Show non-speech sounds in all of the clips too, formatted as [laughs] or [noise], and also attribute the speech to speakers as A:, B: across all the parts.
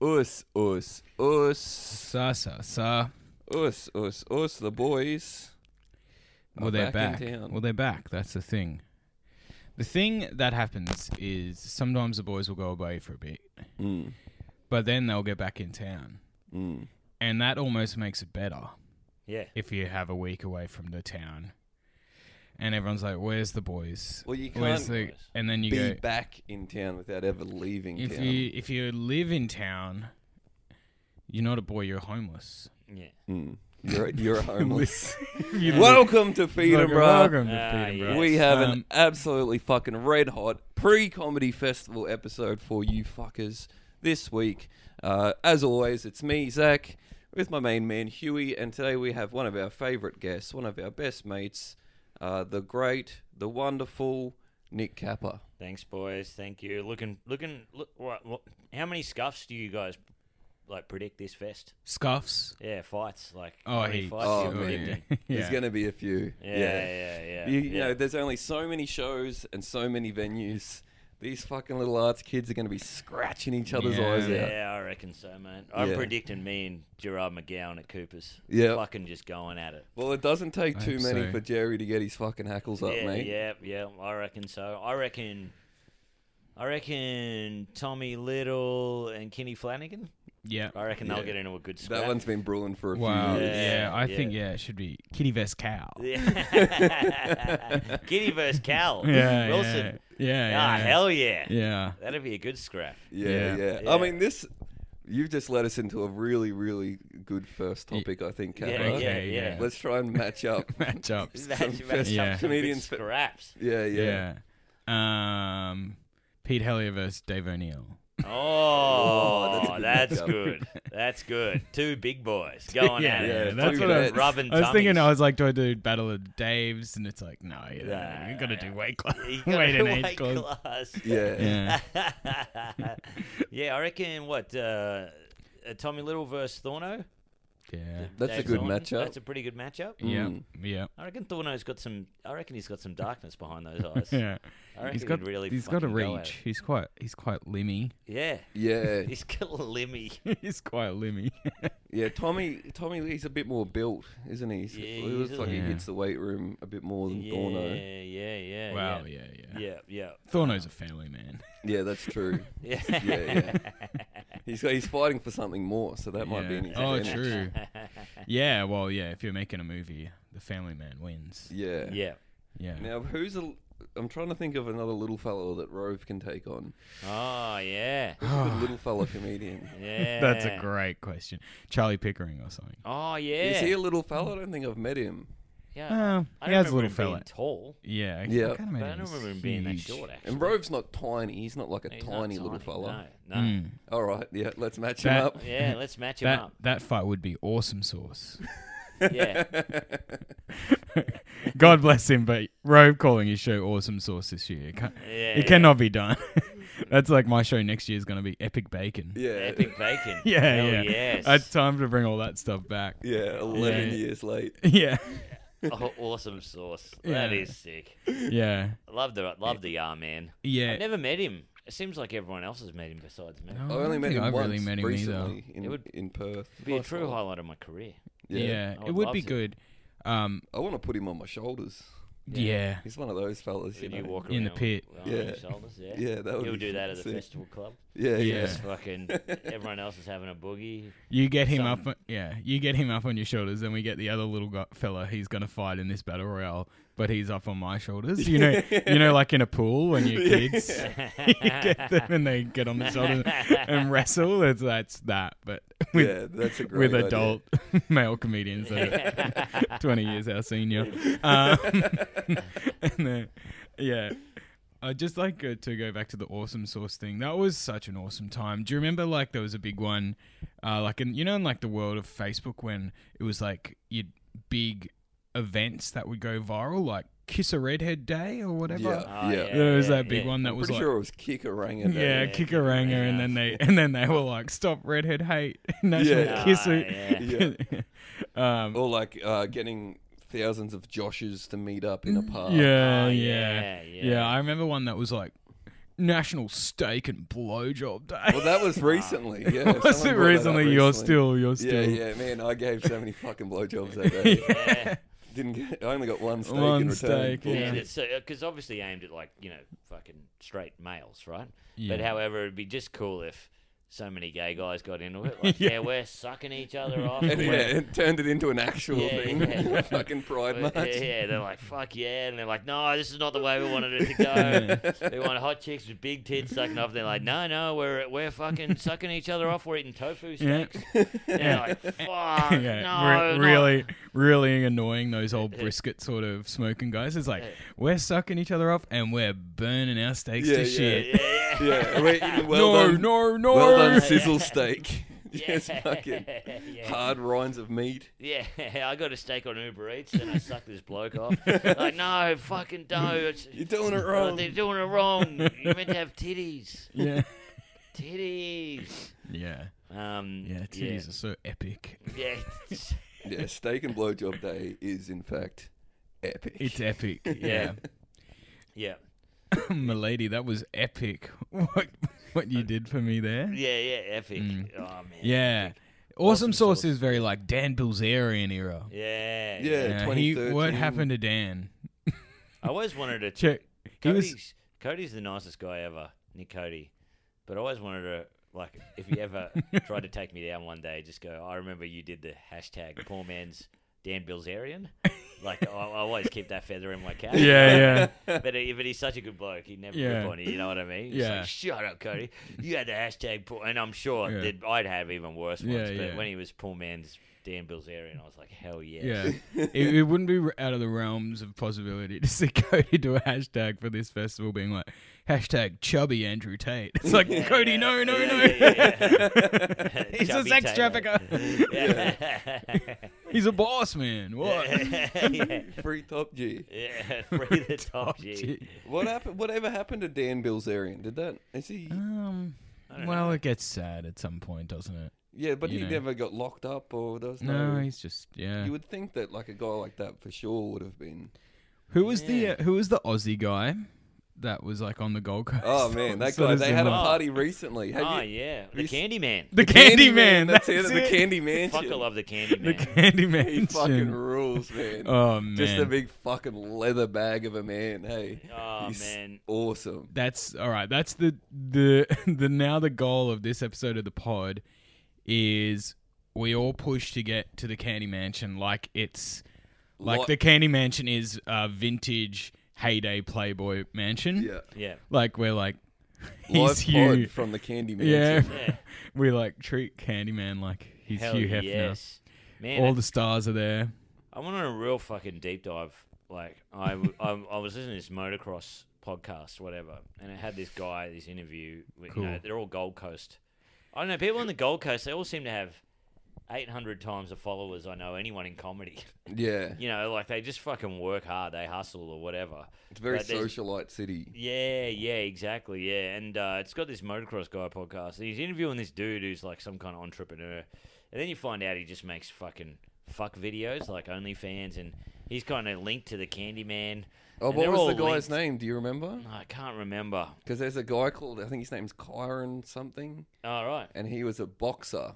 A: us, us, us,
B: Sa sa sa.
A: us, us, us. The boys. are
B: Well, they're back.
A: in town.
B: Well, they're back. That's the thing. The thing that happens is sometimes the boys will go away for a bit,
A: Mm,
B: but then they'll get back in town,
A: mm.
B: and that almost makes it better
C: Yeah.
B: if you have a week away from the town, and everyone's like, "Where's the boys?
A: Well, you
B: Where's
A: can't
B: the?" And then you
A: be
B: go,
A: back in town without ever leaving
B: "If
A: town.
B: you if you live in town, you're not a boy. You're [laughs] homeless.
C: Yeah.
A: Mm. You're
B: [laughs]
A: you're homeless.
B: You live-
A: Welcome to Feed 'em,
B: Welcome-
A: Bruh.
B: welcome to
C: Ah,
B: Feed 'em,
C: yes.
B: Bruh.
A: We have an
B: Um,
A: absolutely fucking red hot pre comedy festival episode for you fuckers this week. Uh, as always, it's me, Zach, with my main man, Huey, and today we have one of our favorite guests, one of our best mates, uh, the great, the wonderful Nick Kappa.
C: Thanks, boys. Thank you. Looking, looking. Look, what, what, how many scuffs do you guys like predict this fest?
B: Scuffs.
C: Yeah, fights. Like
B: Oh,
C: how many
B: he.
C: fights
A: oh,
C: are you
A: man. [laughs]
C: predicting?
B: [laughs]
A: There's going to be a few.
C: Yeah, yeah, yeah. yeah,
A: You, you know, there's only so many shows and so many venues. These fucking little arts kids are going to be scratching each other's
B: Yeah.
A: eyes out.
C: yeah, I reckon so, man. I'm
A: Yeah.
C: predicting me and Gerard McGowan at Cooper's.
A: Yep.
C: fucking just going at it.
A: Well, it doesn't take
B: I
A: too
B: hope
A: many
B: so.
A: for Jerry to get his fucking hackles up,
C: yeah,
A: mate.
C: yeah, yeah. I reckon so. I reckon. I reckon Tommy Little and Kenny Flanagan.
B: yeah.
C: I reckon
A: Yeah.
C: they'll get into a good
A: That
C: scrap.
A: one's been brewing for a
B: Wow.
A: few
B: Yeah,
A: years.
C: Yeah,
B: I
C: yeah.
B: think yeah, it should be Kitty vs Cow.
C: [laughs] Yeah. [laughs] Kitty versus Cal.
B: [laughs] Yeah,
C: Wilson.
B: Yeah, yeah,
C: ah,
B: yeah.
C: hell yeah.
B: Yeah. [laughs]
C: That'd be a good scrap.
A: Yeah, yeah,
B: Yeah.
A: I
C: Yeah.
A: mean, this you've just led us into a really, really good first
B: Y-
A: topic, I think,
C: Yeah,
A: Kappa.
C: yeah,
B: Okay,
C: yeah.
B: yeah.
A: Let's try and
B: [laughs]
A: match up.
C: [laughs]
B: Matchups.
C: Match-
A: some
C: match
A: fest-
C: up
B: Yeah.
C: some good
A: comedians fa- [laughs]
C: scraps.
A: yeah, yeah.
B: yeah. Um, Pete Hellier versus Dave O'Neill.
C: Oh,
A: that's a good matchup.
C: that's, good. That's good. Two big
B: [laughs]
C: boys going
B: yeah,
C: at
A: yeah,
C: it.
B: that's
C: Fucking
B: what I-
C: rubbing
B: I was thinking, I
C: tummies.
B: was like, do I do Battle of Daves? And it's like, no, you
C: Nah.
B: you got to do weight class.
C: [laughs]
B: [laughs]
C: You gotta
B: Weight and
C: weight
B: age class.
C: class.
A: Yeah.
B: Yeah.
C: [laughs] yeah, I reckon what uh, uh, Tommy Little versus Thorno.
B: Yeah.
A: That's a good
C: Thornton.
A: matchup.
C: That's a pretty good matchup.
B: Yeah.
A: Mm.
B: Yeah.
C: I reckon Thorno's got some. I reckon he's got some darkness behind those eyes.
B: [laughs] Yeah.
C: I reckon
B: He's got
C: he'd really.
B: he's got a
C: fucking go at
B: reach.
C: it.
B: He's quite he's quite limmy. [laughs]
C: Yeah, [laughs]
A: yeah,
C: he's got a limmy.
B: he's quite limmy.
A: yeah. Tommy, Tommy, he's a bit more built, isn't he? He's-
C: Yeah,
A: he
C: he's
A: looks
C: a
A: like he
B: little-
A: hits the weight room a bit more than
C: yeah,
A: Thorno.
C: yeah, yeah.
B: wow,
C: yeah,
B: yeah, yeah.
C: yeah, yeah.
B: Thorno's a family
C: [laughs]
B: man. [laughs]
A: Yeah, that's true.
C: Yeah,
A: yeah, He's he's fighting for something more, so that might be
B: Yeah.
A: an
B: Oh,
A: advantage.
B: true. yeah, well, yeah, if you're making a movie, the family man wins.
A: Yeah,
C: [laughs] yeah.
B: Yeah.
A: Now, who's a? I'm trying to think of another little fellow that Rove can take on.
C: Oh yeah,
A: Who's a
B: Ah.
A: good little fellow comedian?
C: [laughs]
B: [laughs]
C: yeah.
B: That's a great question. Charlie Pickering or something.
C: Oh yeah.
A: Is he a little fellow? I don't think I've met him.
C: yeah.
B: Oh,
C: I
B: he
C: don't
B: has a little
C: remember him being
B: fella.
C: tall,
B: Yeah,
A: Yeah.
B: I can't
C: but
B: imagine
C: I don't
B: he's
C: remember him being that
B: huge.
C: short. eh? Actually,
A: And Rove's not tiny. He's not like a
C: He's not
A: tiny little
C: tiny,
A: fella.
C: No, no.
B: Mm.
A: All right, yeah, let's match him
B: That-
A: up. [laughs]
C: Yeah, let's match him
B: That
C: up.
B: that fight would be awesome sauce.
C: [laughs]
B: [laughs]
C: Yeah.
B: God bless him, but Robe calling his show awesome sauce this year. It, can't-
C: Yeah,
B: it
C: yeah.
B: cannot be done. [laughs] That's like my show next year is going to be epic bacon.
A: yeah,
C: Epic bacon.
B: [laughs] Yeah,
C: Hell
B: yeah.
C: Yes.
B: It's time to bring all that stuff back.
A: yeah, eleven
B: Yeah.
A: years late.
B: Yeah.
C: [laughs] Oh, awesome sauce. That
B: Yeah.
C: is sick.
B: [laughs] Yeah.
C: Love the love the R man.
B: Yeah.
C: I've never met him. It seems like everyone else has met him besides me.
B: No,
A: I only
B: don't
A: met
B: think
A: him
B: I've
A: once
B: really met him
A: recently in,
C: It would
A: in Perth.
C: It'd be a
A: Nice
C: true
A: fellow.
C: highlight of my career.
B: either. Yeah,
C: I
B: it
C: would
B: would
C: love
B: be
C: to.
B: good. Um,
A: I want to put him on my shoulders.
B: yeah.
A: He's one of those fellas, you
C: If you
A: know.
C: walk around
B: In the pit.
C: with- on your
A: Yeah.
C: shoulders, yeah.
A: Yeah, that would
C: You'll
A: be
C: do that at the
A: sick.
C: festival club.
A: Yeah,
B: Yeah.
A: yeah, [laughs]
C: Just fucking everyone else is having a boogie. [laughs]
B: You get him
C: Some-
B: up, yeah. You get him up on your shoulders, and we get the other little guy, fella. He's gonna fight in this battle royale, but he's up on my shoulders. You know, you know, like in a pool when you're kids,
C: Oh,
B: you get them and they get on the shoulders and wrestle. It's that's that, but with
A: yeah. That's a great
B: [laughs] with
A: idea.
B: adult male comedians that
A: [laughs]
B: are 20 years our senior. Um, [laughs] and then, yeah. I just like uh, to go back to the awesome source thing. That was such an awesome time. Do you remember like there was a big one, uh, like in you know in like the world of Facebook when it was like you big events that would go viral, like Kiss a Redhead Day or whatever.
A: Yeah.
C: Oh,
A: Yeah.
C: yeah.
B: There was
C: yeah,
B: that big
C: yeah.
B: one that
A: I'm
B: was
A: pretty
B: like
A: sure it was Kikaranga.
B: yeah,
C: Yeah,
B: kick
C: kick
B: a
C: a
B: ranger, and then they and then they were like, "Stop redhead hate, [laughs] national
A: Yeah.
B: kisser."
C: Ah,
A: yeah.
B: [laughs] um,
A: Or like uh, getting thousands of Joshes to meet up in a park.
B: Mm, yeah,
C: Oh,
B: yeah, yeah,
C: yeah, yeah.
B: I remember one that was like National Steak and Blowjob Day.
A: Well, that was recently.
B: [laughs]
A: Yeah, someone
B: was it
A: brought that up
B: recently? You're still, you're
A: Yeah,
B: still. [laughs]
A: yeah, man. I gave so many fucking blowjobs that day.
C: [laughs] yeah.
A: Didn't get. I only got one steak
B: One
A: in return.
B: steak,
C: Yeah,
B: Yeah.
C: because obviously aimed at like you know fucking straight males, right? But
B: Yeah.
C: however, it'd be just cool if so many gay guys got
B: [laughs]
C: into it. Like, yeah.
B: Yeah.
C: we're sucking
B: [laughs]
C: each other
A: [laughs]
C: off.
A: And, yeah,
C: we're-
A: it turned it into an actual
C: Yeah,
A: thing. [laughs]
C: [laughs] yeah.
A: fucking pride
C: we're-
A: march.
C: [laughs] yeah, they're like fuck yeah, and they're like, no, this is not the way we wanted it to go. we want hot chicks with big tits sucking off. They're like, no, no, we're we're fucking sucking each other off. We're eating tofu
B: Yeah.
C: steaks. And they're like, fuck,
B: yeah, re-
C: no, not-
B: really, really annoying those old brisket sort of smoking guys. It's like we're sucking each other up and we're burning our steaks
A: Yeah,
B: to
A: yeah.
B: shit.
C: [laughs] Yeah, yeah, yeah.
A: Yeah, we well
B: no,
A: done,
B: no, no,
A: well done,
C: Yeah.
A: sizzle
C: [laughs]
A: steak. [laughs] [laughs] Just
C: Yeah.
A: fucking
C: [laughs] Yeah.
A: hard rinds of meat.
C: Yeah, I got a steak on Uber Eats and I sucked this bloke off. like, no, fucking no. It's,
A: You're doing it
C: oh,
A: wrong.
C: they're doing it wrong. You're meant to have titties.
B: [laughs] Yeah,
C: Titties.
B: yeah,
C: Um,
B: yeah. Titties are so
C: [laughs]
B: epic.
C: Yeah. yeah.
A: Yeah, steak and blowjob day is in fact epic. [laughs]
B: It's epic. [laughs] Yeah,
C: Yeah.
B: milady, that was epic. [laughs] What what you did for me there?
C: Yeah, yeah, epic. Oh, man.
B: Mm. Yeah. Awesome Sauce is very like Dan Bilzerian era.
C: Yeah.
A: Yeah.
B: Yeah, he, what
A: 2013.
B: happened to Dan?
C: I always wanted to
B: Check. He [laughs]
C: Cody's,
B: was
C: Cody's the nicest guy ever, Nick Cody. But I always wanted to, like, if he
B: [laughs]
C: ever tried to take me down one day, just go, I remember you did the hashtag poor man's Dan Bilzerian. Like, I, I always keep that feather in my cap. [laughs]
B: Yeah, yeah.
C: But, he, but he's such a good bloke. He'd never
B: Yeah.
C: rip on you, you know what I mean? He's
B: Yeah.
C: like, shut up, Cody. You had the hashtag poor. And I'm sure
B: Yeah.
C: that I'd have even worse ones.
B: Yeah,
C: but
B: yeah.
C: when he was poor man's Dan Bilzerian, I was like, hell yes.
B: Yeah, it, it wouldn't be r- out of the realms of possibility [laughs] to see Cody do a hashtag for this festival being like hashtag chubby Andrew Tate. It's like
C: Yeah,
B: Cody,
C: yeah,
B: no, no,
C: yeah,
B: no.
C: yeah, yeah.
B: [laughs]
C: [laughs]
B: He's a
C: Chubby
B: sex
C: Taylor.
B: trafficker.
C: [laughs] yeah.
B: He's a boss man. [laughs] What?
C: yeah.
A: free top G.
C: [laughs] Yeah. [laughs] Free
B: [laughs]
C: the top G.
B: Oh, Gee.
A: What happened? Whatever happened to Dan Bilzerian? Did that? Is he?
B: Um. Well, it gets sad at some point, doesn't it?
A: Yeah, but
B: you
A: he
B: know.
A: never got locked up, or there was no.
B: No, he's just yeah.
A: You would think that like a guy like that for sure would have been.
B: Who was
C: Yeah.
B: the uh, Who was the Aussie guy that was like on the Gold Coast?
A: Oh
B: [laughs]
A: man, that
B: Sort
A: guy!
B: of
A: They had a
B: similar. [laughs]
C: Oh.
A: party recently. Have
C: Oh
A: you?
C: yeah, the
A: you s-
C: Candy Man.
B: the Candy Man.
A: That's, it. The
B: it.
A: Candy Man.
C: Fuck, I love the Candy
B: [laughs]
C: Man.
B: The Candy Man.
A: He fucking rules, man.
B: Oh man.
A: Just a big fucking leather bag of a man. Hey,
C: Oh
A: He's
C: man.
A: awesome.
B: that's all right. That's the the [laughs] the now the goal of this episode of the pod is we all push to get to the Candy Mansion like it's like
A: Like-
B: the Candy Mansion is a vintage heyday Playboy mansion.
A: Yeah,
B: [laughs]
C: Yeah.
B: Like we're like
A: live
B: he's Hugh.
A: pod from the Candy Man.
B: [laughs] Yeah.
C: Yeah.
B: we like treat Candyman like he's
C: Hell
B: Hugh Hefner.
C: yes. Man,
B: All the stars are there.
C: I went on a real fucking deep dive. Like I, w- [laughs] I- I was listening to this motocross podcast, whatever, and it had this guy, this interview. With, You know,
B: Cool.
C: they're all Gold Coast. I don't know. People on the Gold Coast, they all seem to have eight hundred times the followers I know anyone in comedy. [laughs]
A: yeah.
C: You know, like they just fucking work hard, they hustle or whatever.
A: It's a very
C: But there's-
A: socialite city.
C: Yeah, yeah, exactly, yeah. And uh, it's got this motocross guy podcast. And he's interviewing this dude who's like some kind of entrepreneur, and then you find out he just makes fucking fuck videos like OnlyFans, and he's kind of linked to the Candyman.
A: Oh,
C: and
A: what
C: they're
A: was the
C: all
A: guy's
C: linked.
A: name? Do you remember?
C: I can't remember.
A: Because there's a guy called I think his name's Kyron something,
C: All Oh, right.
A: and he was a boxer,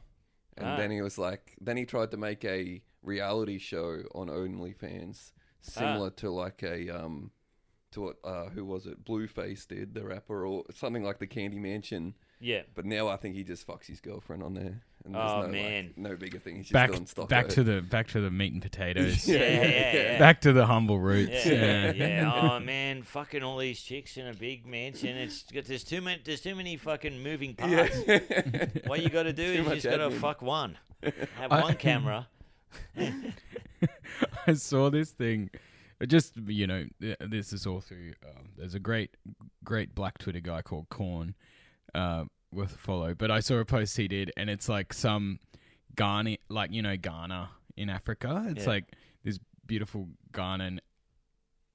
A: and
C: Ah.
A: then he was like, then he tried to make a reality show on OnlyFans, similar
C: Ah.
A: to like a um, to what uh, who was it? Blueface did the rapper or something like the Candy Mansion.
C: Yeah.
A: But now I think he just fucks his girlfriend on there. And there's
C: Oh,
A: no,
C: man.
A: Like, no bigger thing. He's just
B: back
A: gone stock
B: back
A: [laughs]
B: to the back to the meat and potatoes.
C: Yeah, yeah, yeah. yeah.
B: Back to the humble roots. [laughs] Yeah.
C: Yeah, yeah. Oh man, fucking all these chicks in a big mansion. It's got there's too many there's too many fucking moving parts.
A: [laughs] Yeah.
C: What you got
B: [laughs]
C: to do is you
A: much
C: just got to
A: admin.
C: fuck one, have
B: I-
C: one
B: [laughs]
C: camera.
B: I saw this thing. It Just you know, th- this is all through. Um, there's a great, great black Twitter guy called Corn, uh, worth a follow. But I saw a post he did, and it's like some Ghana, like you know Ghana in Africa. It's
C: Yeah.
B: like this beautiful Ghanaian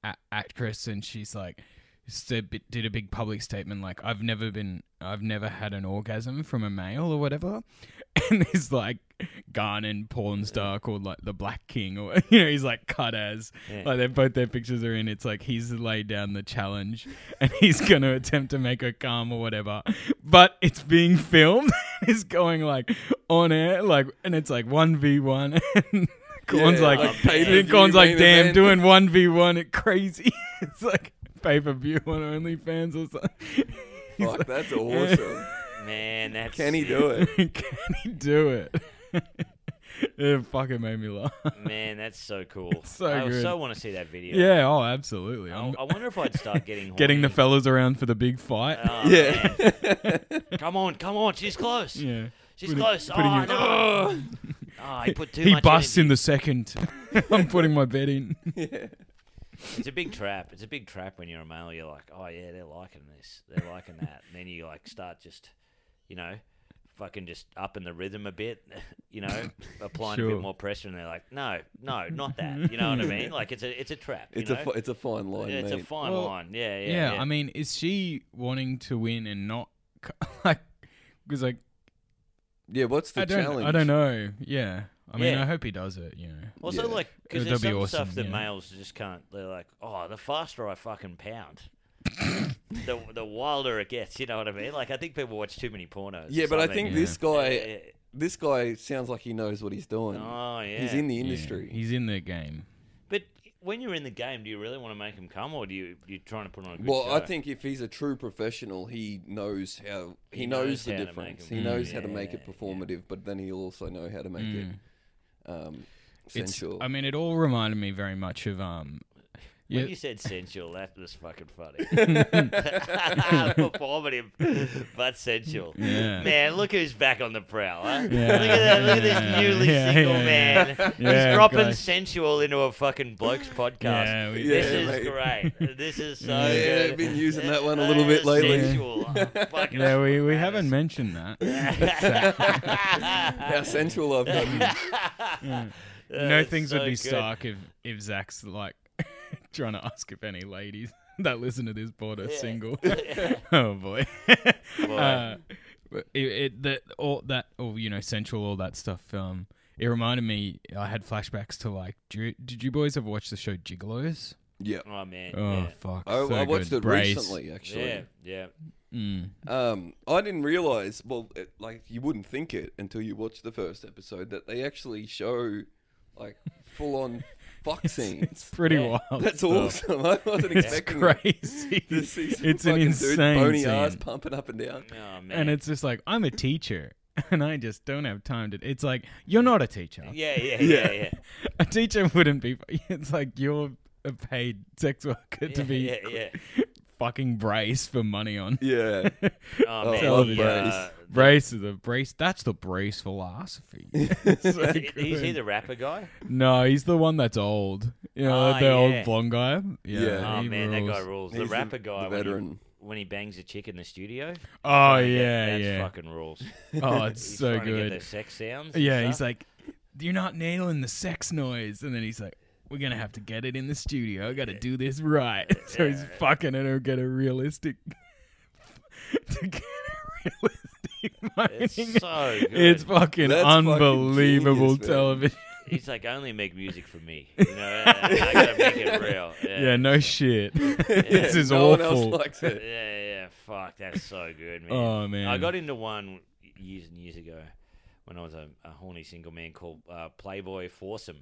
B: a- actress, and she's like said, bi- did a big public statement like I've [laughs] never been, I've never had an orgasm from a male or whatever. And this like Ghanaian porn star called like the Black King, or [laughs] you know, he's like cut as.
C: Yeah.
B: Like they're both their pictures are in. It's like he's laid down the challenge, [laughs] and he's going to attempt to make her calm or whatever. But it's being filmed. [laughs] it's going like on air, like, and it's like one v one. [laughs] Corn's
A: Yeah,
B: like,
A: like
B: and
A: pay-per-view
B: Corn's like,
A: main
B: damn,
A: event."
B: doing one v one, it crazy. [laughs] it's like pay per view on OnlyFans or something. He's
A: Fuck,
B: like,
C: [laughs]
A: that's awesome.
C: Man, that's
A: Can he
B: [laughs]
A: do it?
B: Can he do it? [laughs] it fucking made me laugh.
C: Man, that's so cool.
B: so
C: I
B: good.
C: so want to see that video.
B: Yeah, oh, absolutely.
C: I,
B: I'm
C: I wonder if I'd start getting
B: [laughs] getting the
C: horny.
B: fellas around for the big fight.
C: Oh,
A: yeah.
C: man. Come on, come on. She's
B: [laughs]
C: close.
B: yeah.
C: She's
B: Putting-
C: close.
B: putting
C: oh,
B: you- [laughs]
C: no. oh, he put too
B: he
C: much
B: busts
C: energy.
B: in the second. [laughs] I'm putting my bet in.
A: yeah.
C: It's a big trap. It's a big trap when you're a male. You're like, oh yeah, they're liking this, they're liking that, and then you like start just, you know, fucking just upping the rhythm a bit, [laughs] you know,
B: [laughs]
C: applying a
B: Sure.
C: bit more pressure, and they're like, no, no,
B: [laughs]
C: not that. You know what I mean? Like it's a it's a trap. You
A: It's
C: know?
A: a fi- it's a fine line,
C: it's a
A: mate.
C: fine
B: Well,
C: line. Yeah, yeah.
B: Yeah, I mean, is she wanting to win and not c- [laughs] like? Because like
A: yeah, what's the
B: I don't,
A: challenge?
B: I don't know. Yeah, I mean,
C: Yeah.
B: I hope he does it. You know.
C: also,
A: yeah.
C: like, because
B: That'd
C: there's
B: be
C: some
B: awesome,
C: stuff that
B: yeah.
C: males just can't. They're like, oh, the faster I fucking pound. the, the wilder it gets, you know what I mean? Like I think people watch too many pornos.
A: Yeah,
C: or
A: but I
C: something.
A: think this
C: Yeah,
A: guy,
C: yeah.
A: this guy sounds like he knows what he's doing.
C: Oh yeah,
A: He's in the
B: Yeah,
A: industry.
B: he's in the game.
C: But when you're in the game, do you really want to make him come, or do you you trying to put on a good
A: well, I
C: show?
A: think if he's a true professional, he knows how he,
C: He
A: knows,
C: knows
A: the
C: how to make
A: difference.
C: them-
A: He knows how to
C: Mm.
A: make it
C: Yeah,
A: performative, but then he'll also know how to make it um,
B: Mm. It's. um,
A: sensual.
B: I [laughs] mean, it all reminded me very much of um.
C: when
B: Yeah,
C: you said sensual, that was fucking
A: [laughs]
C: funny. [laughs] Performative, but sensual.
B: Yeah.
C: Man, look who's back on the prowl. Huh? Look
B: Yeah.
C: at that! Look at this
B: Yeah.
C: newly
B: Yeah,
C: single
B: yeah, yeah.
C: man.
B: Yeah,
C: He's dropping
B: guys.
C: sensual into a fucking blokes podcast.
B: yeah, we,
C: This
A: Yeah,
C: is
A: mate.
C: great. This is so
A: Yeah,
C: good.
A: they've been using that one a little bit lately. [laughs]
C: Sensual. Oh, fucking
B: yeah, we, we
C: that
B: haven't
C: is- [laughs]
B: mentioned that.
A: [laughs] how sensual I've gotten.
B: no
C: [laughs] That's
B: things
C: so
B: would be
C: good.
B: stark if if Zach's like [laughs] trying to ask if any ladies [laughs] that listen to this pod are
C: Yeah.
B: single. [laughs] oh
A: [laughs]
B: boy. Uh, but it, it that all that or you know central all that stuff. Um, it reminded me. I had flashbacks to like. Do you, did you boys ever watch the show Gigolos?
A: Yeah,
C: Oh man.
B: Oh
C: yeah.
B: fuck!
A: I,
B: so
A: I watched
B: good.
A: it
B: Brace.
A: recently actually.
C: Yeah, yeah.
B: Mm. [laughs]
A: Um, I didn't realize. Well, it, like you wouldn't think it until you watch the first episode that they actually show like full on
B: [laughs]
A: fuck scenes.
B: Pretty
C: Yeah.
B: wild.
A: That's
B: stuff.
A: awesome. [laughs] I wasn't
B: It's
A: expecting that.
B: crazy.
A: to see some
B: it's an
A: fucking
B: insane
A: dude's bony
B: scene.
A: ass pumping up and down.
C: Oh man.
B: and it's just like I'm a teacher [laughs] and I just don't have time to. It's like you're not a teacher.
C: yeah, yeah, yeah, yeah.
B: [laughs] A teacher wouldn't be. [laughs] It's like you're a paid sex worker [laughs] to
C: Yeah,
B: be
C: yeah, yeah.
B: fucking brace for money
C: [laughs]
B: on. [laughs]
A: Yeah.
C: Oh,
A: Oh,
C: man.
A: I love
C: yeah.
A: Brace.
C: uh,
B: Brace is the brace. That's the brace philosophy.
C: [laughs]
A: [laughs]
B: It's so
C: is he- is he
B: good.
C: the rapper guy?
B: no, he's the one that's old. You know,
C: Ah,
B: the
C: yeah.
B: old blonde guy. Yeah.
A: Yeah.
C: Oh
B: he
C: man, that guy
B: rules.
C: rules.
A: He's
C: the
A: the-
C: rapper
A: the
C: guy, when he,
A: veteran.
C: when he bangs a chick in the studio.
B: Oh
C: Trying to get-
B: yeah,
C: that's
B: yeah. [laughs]
C: fucking rules. [laughs]
B: Oh, it's
C: He's
B: so
C: trying To get
B: good.
C: those sex sounds. and
B: Yeah, he's
C: stuff.
B: like, you're not nailing the sex noise, and then he's like, we're gonna have to get it in the studio. I gotta do this right. [laughs] So he's fucking and he'll get a realistic. [laughs] to get a realistic. [laughs] mining.
C: it's so good.
B: It's fucking
A: That's fucking
B: unbelievable
A: genius, man.
B: television.
C: he's like, only make music for me.
B: [laughs]
C: You know, I, I gotta make it real. Yeah,
B: Yeah, no shit. [laughs] this is
A: no
B: awful.
A: One else likes
C: [laughs]
A: [laughs]
C: yeah,
A: it.
C: yeah. Fuck, that's so good, man.
B: Oh, man.
C: I got into one years and years ago when I was a, a horny single man called uh, Playboy Foursome,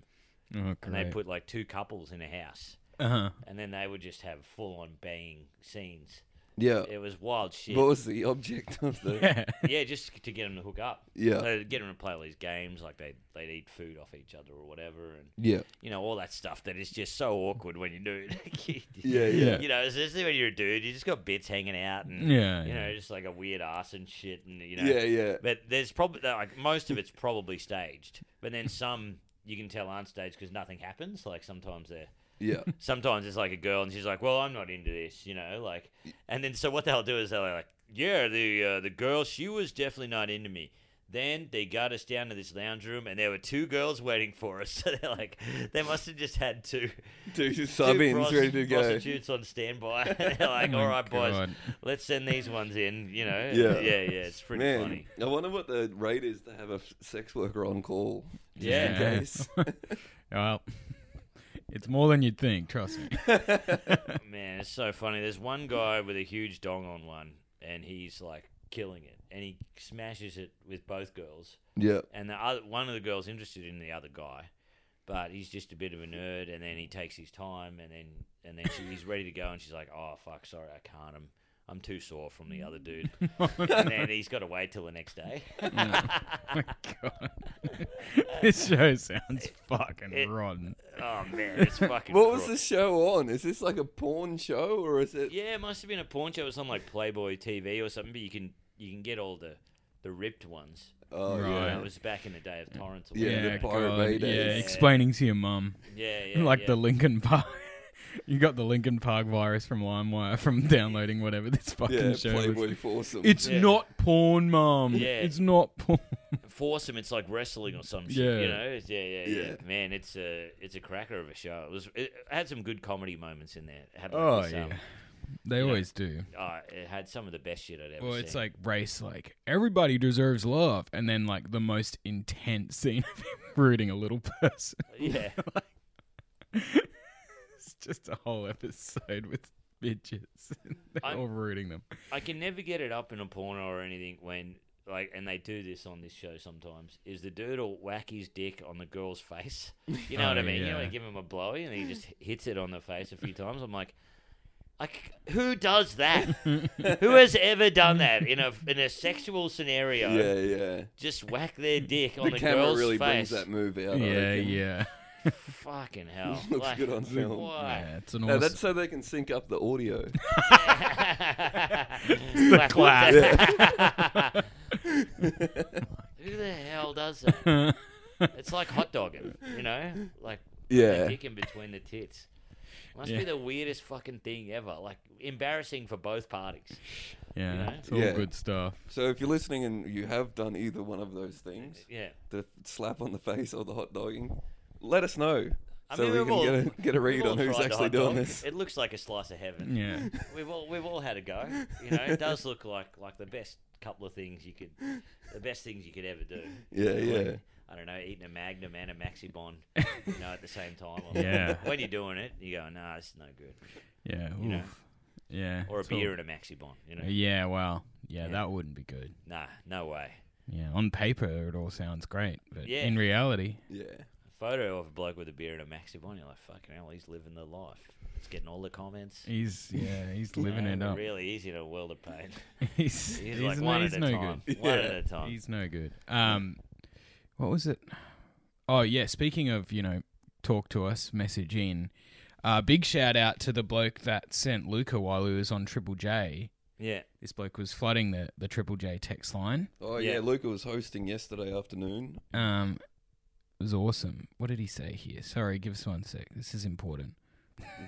B: oh,
C: and they
B: great.
C: put like two couples in a house,
B: uh-huh.
C: and then they would just have full on banging scenes.
A: Yeah.
C: It was wild shit.
A: Uh, What was the object of the?
B: [laughs] Yeah.
C: [laughs] yeah, just to get them to hook up.
A: Yeah.
C: So get them to play all these games, like they they'd eat food off each other or whatever, and
A: Yeah.
C: you know all that stuff that is just so awkward when you're new. [laughs]
A: Yeah. Yeah.
B: Yeah.
C: You know, especially when you're a dude, you just got bits hanging out and
B: Yeah,
C: you
B: yeah.
C: know, just like a weird ass and shit, and you know,
A: Yeah. Yeah.
C: But there's probably like most of it's probably staged, but then some you can tell aren't staged because nothing happens. Like sometimes they're
A: [laughs] Yeah.
C: sometimes it's like a girl and she's like, "Well, I'm not into this," you know, like. And then so what they'll do is they'll like, "Yeah, the uh, the girl, she was definitely not into me." Then they got us down to this lounge room, and there were two girls waiting for us. [laughs] So they're like, they must have just had two,
A: Two
C: two
A: sub ins
C: pros-
A: ready to go.
C: prostitutes on standby. [laughs] And they're like,
B: Oh my
C: all right, boys,
B: God.
C: let's send these ones in. You know,
A: Yeah.
C: yeah, yeah, it's pretty
A: Man,
C: funny.
A: I wonder what the rate is to have a f- sex worker on call. just in
B: [laughs]
C: Yeah.
A: case.
B: Well, [laughs] it's more than you'd think. Trust me.
C: Man, it's so funny. There's one guy with a huge dong on one, and he's like killing it, and he smashes it with both girls.
A: yeah.
C: And the other one of the girls interested in the other guy, but he's just a bit of a nerd, and then he takes his time, and then and then she, he's ready to go, and she's like, "Oh fuck, sorry, I can't. I'm I'm too sore from the other dude." and then he's got to wait till the next day.
B: My God. [laughs] this show sounds fucking
C: It-
B: rotten.
C: oh man, it's fucking.
A: What was the
C: crook.
A: show on? Is this like a porn show or is it?
C: Yeah, it must have been a porn show. It was on like Playboy TV or something. But you can you can get all the the ripped ones.
A: Oh,
B: Right.
C: You know,
A: yeah.
C: it was back in the day of torrents. or
A: Yeah,
C: whatever.
B: Yeah,
A: the Pirate
B: God.
A: Bay
B: yeah.
A: days.
B: Explaining to your mum,
C: yeah,
B: [laughs]
C: yeah.
B: like
C: yeah.
B: the Lincoln Park. [laughs] you got the Lincoln Park virus from LimeWire from [laughs] downloading whatever this fucking
A: Yeah,
B: show was.
A: Playboy foursome.
C: [laughs]
B: It's
C: Yeah.
B: not porn, mum.
C: Yeah.
B: It's not porn. [laughs]
C: foursome. It's like wrestling or some shit.
B: Yeah.
C: You know? It's- Yeah, yeah, yeah,
A: Yeah.
C: Man, it's a it's a cracker of a show. It was. It had some good comedy moments in there. It had like
B: Oh,
C: this, um,
B: yeah. They
C: know,
B: always do.
C: oh, it had some of the best shit I'd ever
B: Well,
C: seen.
B: it's like race, like everybody deserves love, and then like the most intense scene of him [laughs] rooting a little person.
C: [laughs]
B: [laughs]
C: yeah.
B: It's just a whole episode with bitches. [laughs] They're
C: I'm-
B: all rooting them.
C: I can never get it up in a porno or anything when like and they do this on this show sometimes is the dude will whack his dick on the girl's face [laughs] you know
B: Oh,
C: what i mean you know
B: yeah.
C: they give him a blowy and he just hits it on the face a few times i'm like I c- who
B: [laughs]
C: does that who has ever done that in a in a sexual scenario
A: yeah, yeah.
C: just whack their dick on
A: the
C: the
A: camera
C: girl's
A: really brings
C: face
A: that move out. I
B: yeah,
A: reckon.
B: yeah.
A: [laughs]
C: fucking hell
A: Looks good on film.
C: what?
B: yeah. It's an
A: No,
B: awesome. [laughs]
A: that's so they can sync up the audio.
C: Like, what the- [laughs] Who the hell does that? It's like hot dogging, you know? Like
A: Yeah.
C: dick in between the tits. Must
B: Yeah.
C: be the weirdest fucking thing ever. Like embarrassing for both parties.
B: yeah,
C: you know?
B: it's all
A: Yeah.
B: good stuff.
A: So if you're listening and you have done either one of those things,
C: Yeah.
A: the slap on the face or the hot dogging, let us know
C: I
A: so
C: mean,
A: we
C: we've
A: can
C: all-
A: get a get a
C: We've
A: read
C: all
A: on who's
C: tried the
A: actually
C: hot
A: doing
C: dog.
A: this.
C: It looks like a slice of heaven.
B: Yeah.
C: We've all we've all had a go. You know, it does look like like the best couple of things you could the best things you could ever do.
A: Yeah,
C: You know,
A: yeah.
C: like, I don't know, eating a Magnum and a Maxi Bon, you know, at the same time. Or
B: [laughs] Yeah.
C: When you're doing it, you go, nah, this is no good.
B: Yeah.
C: You know.
B: oof. Yeah.
C: Or a
B: it's all-
C: beer and a Maxi Bon, you know.
B: Yeah, well, yeah,
C: Yeah.
B: that wouldn't be good.
C: Nah, no way.
B: Yeah, on paper it all sounds great, but
C: Yeah.
B: in reality,
A: Yeah.
C: A photo of a bloke with a beer and a Maxi Bon, you're like, fucking hell, he's living the life. It's getting all the comments.
B: he's yeah, he's
C: [laughs]
B: living
C: You
B: it
C: know,
B: up.
C: Really easy in a world of pain.
B: [laughs]
C: [laughs]
B: He's,
C: He's,
B: he's
C: like
B: no-
C: one
B: he's
C: at a
B: no good.
C: time. One
A: Yeah.
C: at a time.
B: He's no good. Um, what was it? Oh yeah. Speaking of, you know, talk to us, message in. Uh, big shout out to the bloke that sent Luca while he was on Triple J.
C: Yeah.
B: This bloke was flooding the the Triple J text line.
A: Oh yeah.
C: Yeah.
A: Luca was hosting yesterday afternoon.
B: Um, it was awesome. What did he say here? Sorry, give us one sec. This is important.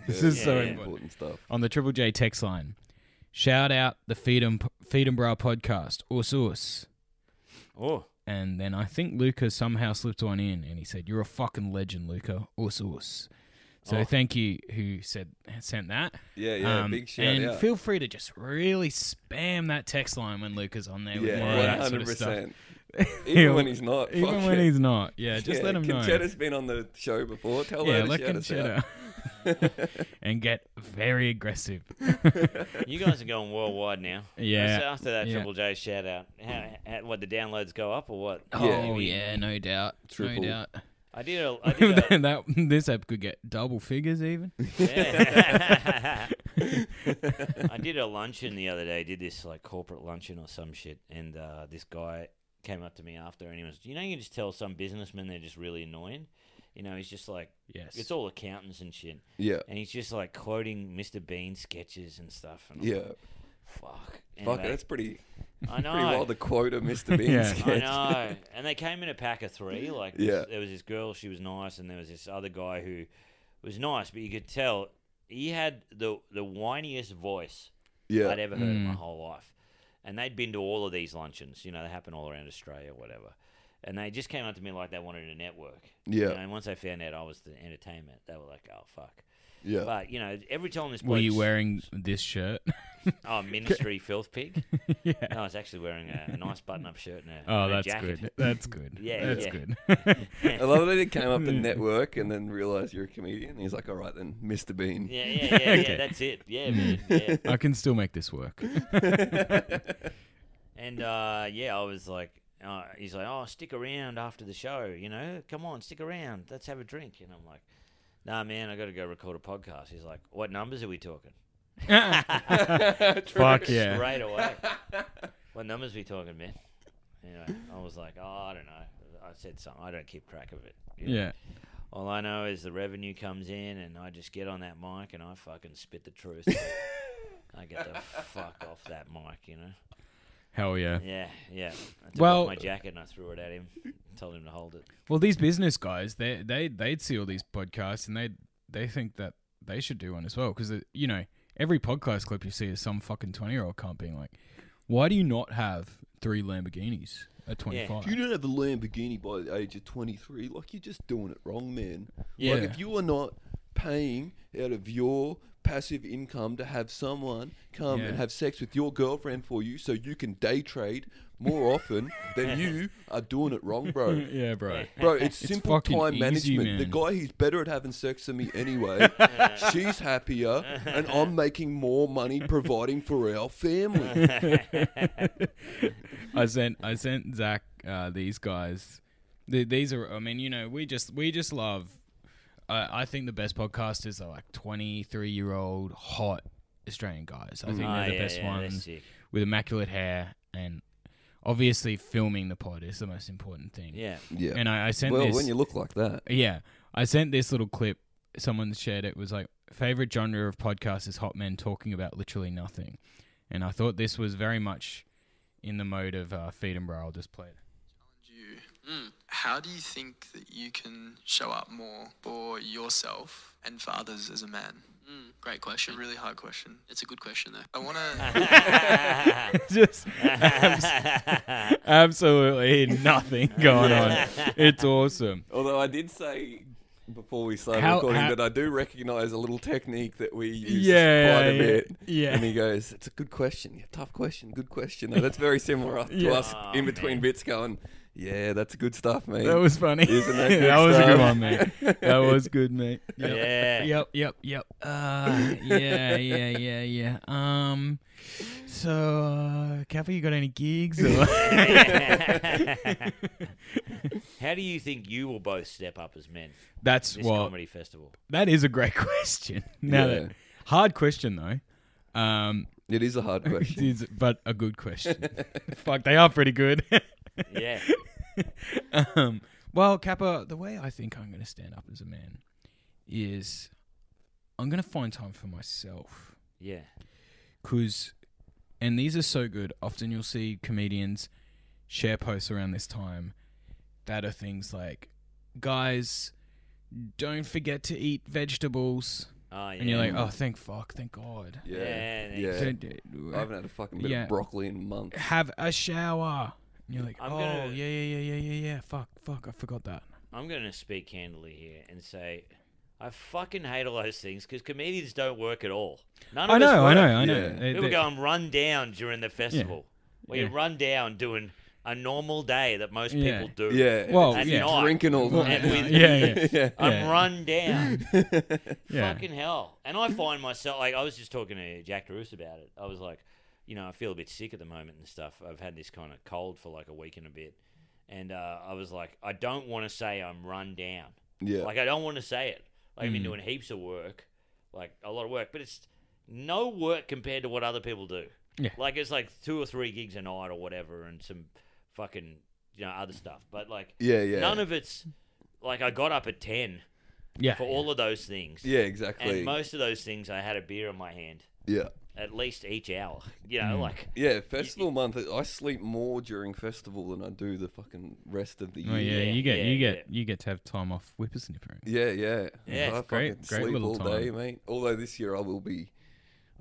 B: This
A: Very
B: is
C: so
A: important,
B: important.
A: stuff.
B: on the Triple J text line. Shout out the Feed and Feed and Bra podcast. Us, us.
C: Oh.
B: And then I think Luca somehow slipped one in and he said, You're a fucking legend, Luca. Us, us. So
C: Oh.
B: thank you who said sent that.
A: Yeah, yeah.
B: Um,
A: big shout
B: and
A: out.
B: feel free to just really spam that text line when Luca's on there with more of
A: yeah,
B: that
A: one
B: sort
A: hundred
B: of stuff.
A: percent.
B: [laughs]
A: Even when he's not.
B: Even
A: fuck
B: when
A: it.
B: he's not. Yeah, just let him know.
A: Conchetta's been on the show before. Tell
B: yeah,
A: her to
B: let
A: shout us
B: Conchetta
A: out.
B: [laughs] and get very
C: [laughs]
B: aggressive.
C: You guys are going
B: [laughs]
C: worldwide now.
B: Yeah.
C: So after that
B: Yeah.
C: Triple J shout out, how, how, what the downloads go up or what?
B: Oh yeah, no doubt.
A: Triple.
B: No doubt.
C: I did. A,
B: [laughs]
C: I did. A,
B: that, that- this app could get double figures
C: [laughs]
B: even.
C: yeah. [laughs] I did a luncheon the other day. Did this like corporate luncheon or some shit, and uh, this guy came up to me after, and he was, you know, you can just tell some businessmen they're just really annoying. You know, he's just like,
B: Yes.
C: it's all accountants and shit,
A: [laughs] Yeah.
C: and he's just like quoting Mr. Bean sketches and stuff. And I'm
A: Yeah.
C: like, fuck.
A: Fuck
C: Anyway,
A: it. That's pretty
C: I know.
A: pretty well the quote of Mr. Bean
B: [laughs] Yeah. I
A: sketch.
C: I
A: [laughs]
C: know. And they came in a pack of three. Like, this-
A: Yeah.
C: there was this girl, she was nice, and there was this other guy who was nice, but you could tell he had the the whiniest voice
A: Yeah.
C: I'd ever heard in my
B: Mm.
C: whole life. and they'd been to all of these luncheons. You know, they happen all around Australia, or whatever. And they just came up to me like they wanted a network. You
A: Yeah.
C: know, and once they found out I was the entertainment, they were like, "Oh fuck."
A: Yeah.
C: But you know, every time this
B: Were you
C: bloke's-
B: wearing this
C: [laughs]
B: shirt? [laughs]
C: Oh, ministry filth pig.
B: yeah.
C: No, I was actually wearing a, a nice button-up shirt and a,
B: Oh,
C: and a
B: that's
C: jacket.
B: good. That's good.
C: [laughs] Yeah,
B: that's
C: yeah. [laughs]
B: good. [laughs]
A: I love that it came up the network and then realized you're a comedian. He's like, all right then, Mr. Bean. [laughs]
C: Yeah, yeah, yeah, yeah.
B: Okay. Hmm.
C: That's it. Yeah, man. Yeah.
B: I can still make this
C: [laughs]
B: work. [laughs]
C: And uh, yeah, I was like, uh, he's like, oh, stick around after the show, you know, come on, stick around, let's have a drink. And I'm like, nah, man, I got to go record a podcast. He's like, what numbers are we talking?
B: Fuck yeah.
C: Straight away. what numbers we talking, man? Anyway, I was like, oh, I don't know. I said something. I don't keep track of it. you know.
B: yeah.
C: All I know is the revenue comes in, and I just get on that mic and I fucking spit
B: [laughs]
C: the truth. I get the fuck off that mic, you know.
B: Hell yeah.
C: Yeah, yeah. I took
B: Well-
C: off my jacket and I threw it at him. Told him to hold it.
B: Well, these business guys, they they they'd see all these podcasts and they they think that they should do one as well because you know every podcast clip you see is some fucking twenty year old cunt being like, "Why do you not have three Lamborghinis at twenty five?
A: If you don't have a Lamborghini by the age of 23, like you're just doing it wrong, man.
B: Yeah.
A: Like if you are not paying out of your passive income to have someone come
B: Yeah.
A: and have sex with your girlfriend for you so you can day trade more often, then you
B: [laughs]
A: are doing it wrong, bro.
B: yeah, bro.
A: Bro, it's
B: It's
A: simple
B: fucking
A: time
B: easy,
A: management. The
B: man.
A: guy who's better at having sex than me
B: [laughs]
A: anyway, she's happier, and I'm making more money providing for our family.
B: [laughs] I sent I sent Zach uh, these guys. Th these are I mean you know we just we just love. I I think the best podcasters are like twenty three year old hot Australian guys. I think
C: Ah,
B: they're the
C: yeah,
B: best
C: yeah, they're
B: ones
C: sick.
B: with immaculate hair and obviously filming the pod is the most important thing.
C: Yeah.
A: Yeah.
B: And I, I sent
A: well,
B: this.
A: when you look like that,
B: yeah, I sent this little clip. Someone shared it. it was like favorite genre of podcast is hot men talking about literally nothing, and I thought this was very much in the mode of uh, feed and bro. I'll just play it.
D: you. How do you think that you can show up more for yourself and for others as a man?
E: Hmm, Great
D: It's a
E: question.
D: really hard question.
E: It's a good question though.
D: I
E: [laughs]
D: want to.
A: Ah.
B: [laughs]
C: yeah,
B: just absolutely
A: [laughs]
B: nothing going on. It's awesome.
A: Although I did say before we started
B: How-
A: recording
B: how-
A: that I do recognise a little technique that we use
B: Yeah,
A: quite a
B: yeah,
A: bit.
B: yeah.
A: And he goes, "It's a good question. Yeah, tough question. Good question. Though. That's very similar to
B: Yeah.
A: us
C: Oh,
A: in between
C: man.
A: bits going, yeah, that's good stuff, mate.
B: That was funny.
A: Isn't
B: [laughs]
A: that good
B: was a
A: stuff?
B: good one, mate. That was
A: [laughs]
B: good, mate. Yep.
C: [laughs] yeah.
B: [laughs] Yep, yep, yep. Uh, yeah, yeah, yeah, yeah. Um, so, uh, Kappa, you got any gigs? Or?
C: [laughs]
B: [laughs]
C: How do you think you will both step up as men
B: That's
C: this
B: what.
C: comedy festival?
B: That is a great [laughs] question. Now,
A: Yeah.
B: that, hard question though. Um,
A: it is a
B: [laughs]
A: hard
B: it
A: question.
B: is, but a good question. [laughs] Fuck, they are pretty good. [laughs]
C: Yeah.
B: um, well, Kappa, the way I think I'm going to stand up as a man is I'm going to find time for myself.
C: Yeah.
B: because and these are so good often you'll see comedians share posts around this time that are things like guys don't forget to eat vegetables
C: Oh, yeah.
B: and you're like oh thank fuck thank god
A: yeah,
C: Yeah,
A: yeah.
C: thanks.
B: Don't-
A: I haven't had a fucking bit
B: Yeah.
A: of broccoli in months.
B: have a shower and you're like
C: I'm
B: oh
C: gonna-
B: yeah yeah yeah yeah yeah yeah fuck fuck i forgot that
C: I'm going to speak candidly here and say I fucking hate all those things because comedians don't work at all. None of
B: i
C: us
B: know i
C: work.
B: know i know
A: Yeah.
B: They-
C: People
B: they-
C: go and run down during the festival. Where
B: Yeah.
C: you run down doing a normal day that most
B: Yeah.
C: people do.
A: Yeah.
B: Well,
A: It's
B: yeah.
A: just drinking all
B: Well,
A: night.
C: And
B: [laughs]
C: with
B: yeah,
C: me,
A: [laughs] yeah.
C: I'm
B: Yeah.
C: run down.
B: [laughs]
C: [laughs]
B: yeah
C: Fucking hell. And I find myself like I was just talking to Jack DeRoos about it. I was like, you know, I feel a bit sick at the moment and stuff. I've had this kind of cold for like a week and a bit. And uh, I was like, I don't want to say I'm run down.
A: Yeah. Hmm.
C: Like I don't want to say it. Like, I've been
B: Mm.
C: doing heaps of work, like a lot of work, but it's no work compared to what other people do.
B: Yeah.
C: Like it's like two or three gigs a night or whatever, and some fucking you know other stuff. But like
A: yeah, yeah.
C: none of it's like I got up at ten
B: yeah
C: for all of those things,
A: Yeah, exactly.
C: and most of those things I had a beer in my hand
A: yeah.
C: at least each hour. You
A: Hmm.
C: know, like
A: Yeah, festival month. I sleep more during festival than I do the fucking rest of the
B: oh yeah,
A: year.
B: you get
C: yeah,
B: you get
C: yeah.
B: you get to have time off whippersnippering
A: yeah, yeah.
C: Yeah,
A: I
C: it's
B: great-
A: fucking
B: great
A: sleep
B: little
A: all day,
B: time.
A: mate. Although this year I will be,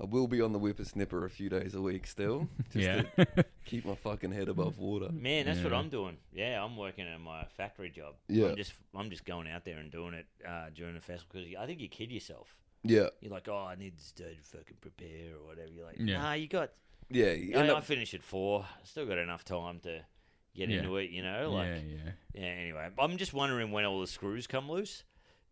A: I will be on the whippersnipper a few days a week
C: [laughs]
A: still, just
B: yeah.
A: to
B: [laughs]
A: keep my fucking head above water.
C: Man, that's what
B: Yeah.
C: I'm doing. Yeah, I'm working at my factory job.
A: Yeah.
C: I'm just I'm just going out there and doing it uh, during the festival because I think you kid yourself.
A: Yeah,
C: You're like, oh, I need this day to fucking prepare or whatever. You're like,
B: Yeah.
C: nah, you got.
A: yeah. You
C: I,
A: end
C: I
A: up,
C: finish at four. Still got enough time to get
B: Yeah.
C: into it. You know, like
B: yeah, yeah.
C: yeah. Anyway, I'm just wondering when all the screws come loose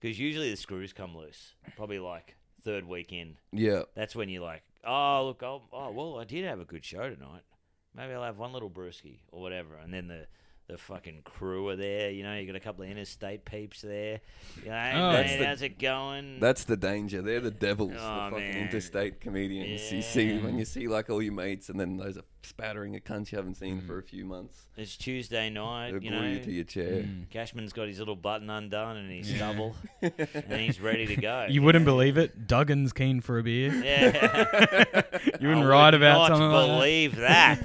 C: because usually the screws come loose probably like third week in.
A: yeah,
C: That's when you're like, oh look, I'll, oh well, I did have a good show tonight. Maybe I'll have one little brewski or whatever, and then the the fucking crew are there. You know, you got a couple of interstate peeps there. You know,
B: Oh,
C: "Hey,
A: That's
C: mate,
A: the-
C: how's it going?
A: that's the danger. They're the devils,
C: Aw,
A: the fucking
C: Mm. Oh, man.
A: interstate comedians. You see
C: Yeah.
A: when you see like all your mates, and then there's a spattering of cunts you haven't seen for a few months.
C: it's Tuesday night.
A: They'll
C: Mm. you
A: glue
C: know,
A: you to your chair.
B: Mm.
C: [laughs] Cashman's got his little button undone and his
B: Yeah.
C: stubble,
A: [laughs]
C: [laughs] and he's ready to go.
B: You wouldn't believe it. Duggan's keen for a beer.
C: [laughs] Yeah.
B: You wouldn't
C: I
B: write
C: would
B: about
C: not
B: something like
C: believe that.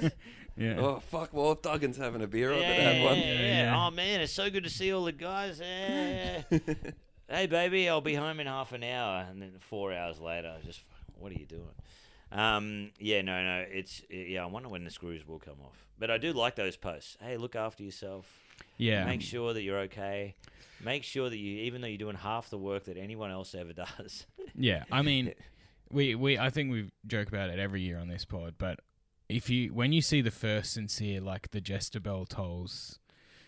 B: [laughs] that. Yeah.
A: Oh fuck! Well, if Duggan's having a beer, I
C: yeah,
A: better have one.
C: yeah,
B: Yeah,
C: yeah.
B: yeah.
C: Oh man, it's so good to see all the guys.
A: [laughs]
C: Yeah. hey baby, I'll be home in half an hour, and then four hours later, I just what are you doing? Um, yeah, no, no, it's yeah. I wonder when the screws will come off, but I do like those posts. Hey, look after yourself.
B: Yeah.
C: Make sure that you're okay. Make sure that you, even though you're doing half the work that anyone else ever does. [laughs]
B: Yeah, I mean, we we I think we joke about it every year on this pod, but if you when you see the first sincere like the jester bell tolls,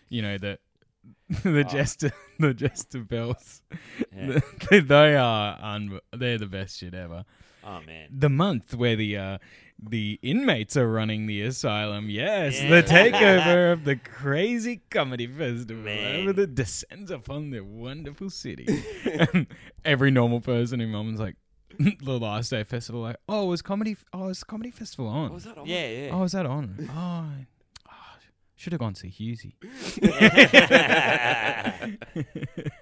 B: you know the [laughs] the jester [laughs] the jester bells,
C: Oh.
B: [laughs]
C: Yeah.
B: they, they are un- they're the best shit ever.
C: oh man.
B: The month where the uh, the inmates are running the asylum, yes,
C: Yeah.
B: the
C: [laughs]
B: takeover of the crazy comedy festival
C: Man.
B: over that descends upon the wonderful city. [laughs] and every normal person in Melbourne's like [laughs] the last day of festival, like, oh, was comedy? Oh, is comedy festival on?
A: Oh, was that on?
C: Yeah, yeah.
B: oh, is that on? oh, oh, should have gone to Husey.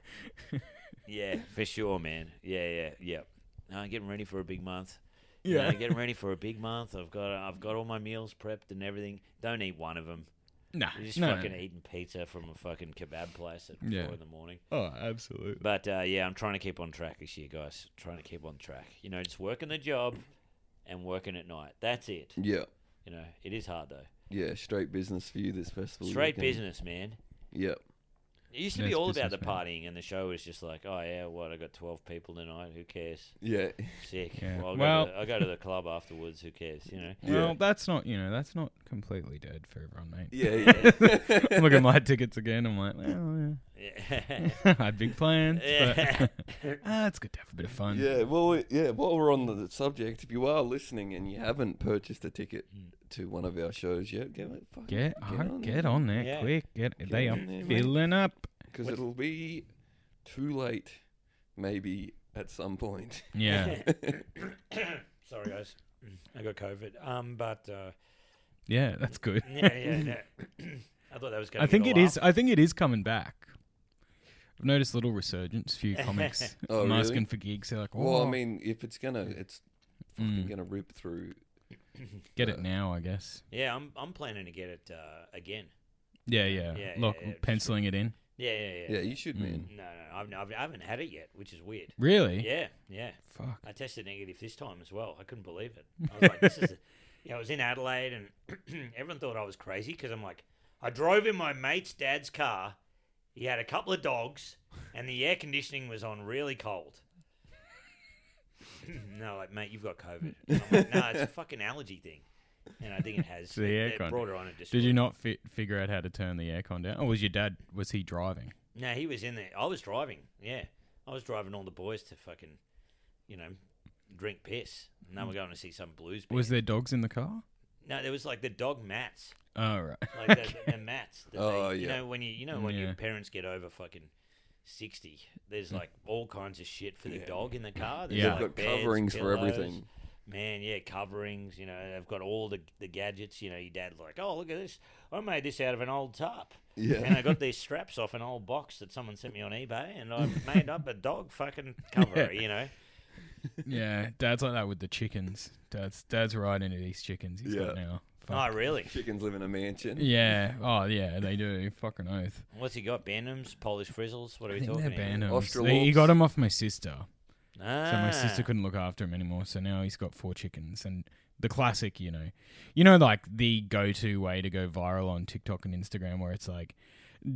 C: [laughs] yeah, for sure, man. Yeah, yeah, yeah. No, I'm getting ready for a big month. You know,
B: Yeah,
C: getting ready for a big month. I've got I've got all my meals prepped and everything. Don't eat one of them.
B: nah,
C: You're just
B: no, no,
C: fucking
B: no.
C: eating pizza from a fucking kebab place at
B: Yeah.
C: four in the morning.
B: Oh, absolutely.
C: But uh, yeah, I'm trying to keep on track this year, guys. Trying to keep on track. You know, just working the job and working at night. That's it.
A: yeah,
C: You know, it is hard though.
A: yeah. Straight business for you this festival.
C: Straight
A: weekend.
C: business, man.
A: Yeah,
C: It used to be
B: That's
C: all about the
B: business, man.
C: partying, and the show was just like, oh yeah, what? I got twelve people tonight. Who cares?
A: yeah.
C: Sick.
B: Yeah.
C: Well, I'll,
B: Well-
C: go to the, I'll go to the club afterwards. Who cares? You
B: [laughs]
C: know.
A: Yeah.
B: Well, that's not you know that's not completely dead for everyone, mate.
A: Yeah, yeah. [laughs]
B: Look at my [laughs] tickets again. I'm like, well,
C: Yeah.
B: yeah. [laughs] I had big plans,
C: Yeah.
B: but
A: [laughs]
B: [laughs] ah, it's good to have a bit of fun.
A: Yeah, well, we- yeah. While we're on the subject, if you are listening and you haven't purchased a ticket to one of our shows yet, get it, fucking
B: Get,
A: get
B: on,
A: on
B: get
A: there.
B: on there
C: Yeah.
B: quick. Get, they are
A: on there, mate.
B: filling up.
A: because it'll be too late, maybe at some
C: [laughs]
A: point.
B: Yeah,
C: [coughs] Sorry, guys. I got COVID. Um, but uh,
B: [laughs] yeah, that's good.
C: yeah, yeah, yeah. [coughs] I thought that was going.
B: I think it is. I think it is coming back. I've noticed a little
A: [laughs]
B: resurgence. Few comics
A: Oh,
B: I'm
A: really?
B: asking for gigs. They're like, oh,
A: Well, I mean, if it's gonna, it's fucking
B: Mm.
A: gonna rip through.
B: get it now, I guess.
C: Yeah, I'm I'm planning to get it uh, again.
B: Yeah, yeah.
C: Yeah,
B: Look,
C: yeah, yeah,
B: penciling it in.
C: Yeah, yeah, yeah. Mm.
A: Yeah, you should, man.
C: No, no, I've, I've I haven't had it yet, which is weird.
B: Really?
C: Yeah, yeah.
B: Fuck.
C: I tested negative this time as well. I couldn't believe it. I
B: [laughs]
C: was like, this is. Yeah, I was in Adelaide and [clears throat] everyone thought I was crazy because I'm like, I drove in my mate's dad's car. He had a couple of dogs and the air conditioning was on really cold. [laughs] no, like, mate, you've got COVID. And I'm like, no, it's a fucking allergy thing. And I think it has.
B: the
C: They- they
B: aircon.
C: brought it on and destroyed
B: Did you
C: it.
B: not fi- figure out how to turn the aircon down? Or was your dad? Was he driving?
C: No, he was in there. I was driving. Yeah, I was driving all the boys to fucking, you know, drink piss. And then we're going to see some blues. Band.
B: Hmm. Was there dogs in the car?
C: No, there was like the dog mats,
B: Oh right.
C: like the,
A: [laughs]
C: the, the mats. That
A: Oh,
C: they, You
A: yeah.
C: know when you you know when your
B: Yeah.
C: parents get over fucking. 60 there's like all kinds of shit for the dog in the car there's
B: Yeah.
A: They've
C: like
A: got
C: beds,
A: coverings for
C: pillows.
A: everything.
C: man yeah coverings you know they've got all the, the gadgets you know your dad's like oh look at this i made this out of an old tarp and
A: Yeah, [laughs]
C: I got these straps off an old box that someone sent me on eBay, and I made up a
A: [laughs]
C: dog fucking cover, you know.
B: yeah, dad's like that with the chickens. Dad's dad's right into these chickens. He's got
A: Yeah.
B: now.
C: Oh,
B: Fuck.
C: really?
A: chickens live in a mansion.
B: Yeah. Oh yeah, they do. Fucking oath.
C: What's he got? Bantams, Polish frizzles? What are
B: I
C: we
B: think
C: talking
B: they're
C: about?
B: Bantams.
A: Australorps.
B: They- He got them off my sister. So
C: Ah.
B: my sister couldn't look after him anymore. So now he's got four chickens and the classic, you know, you know, like the go-to way to go viral on TikTok and Instagram, where it's like,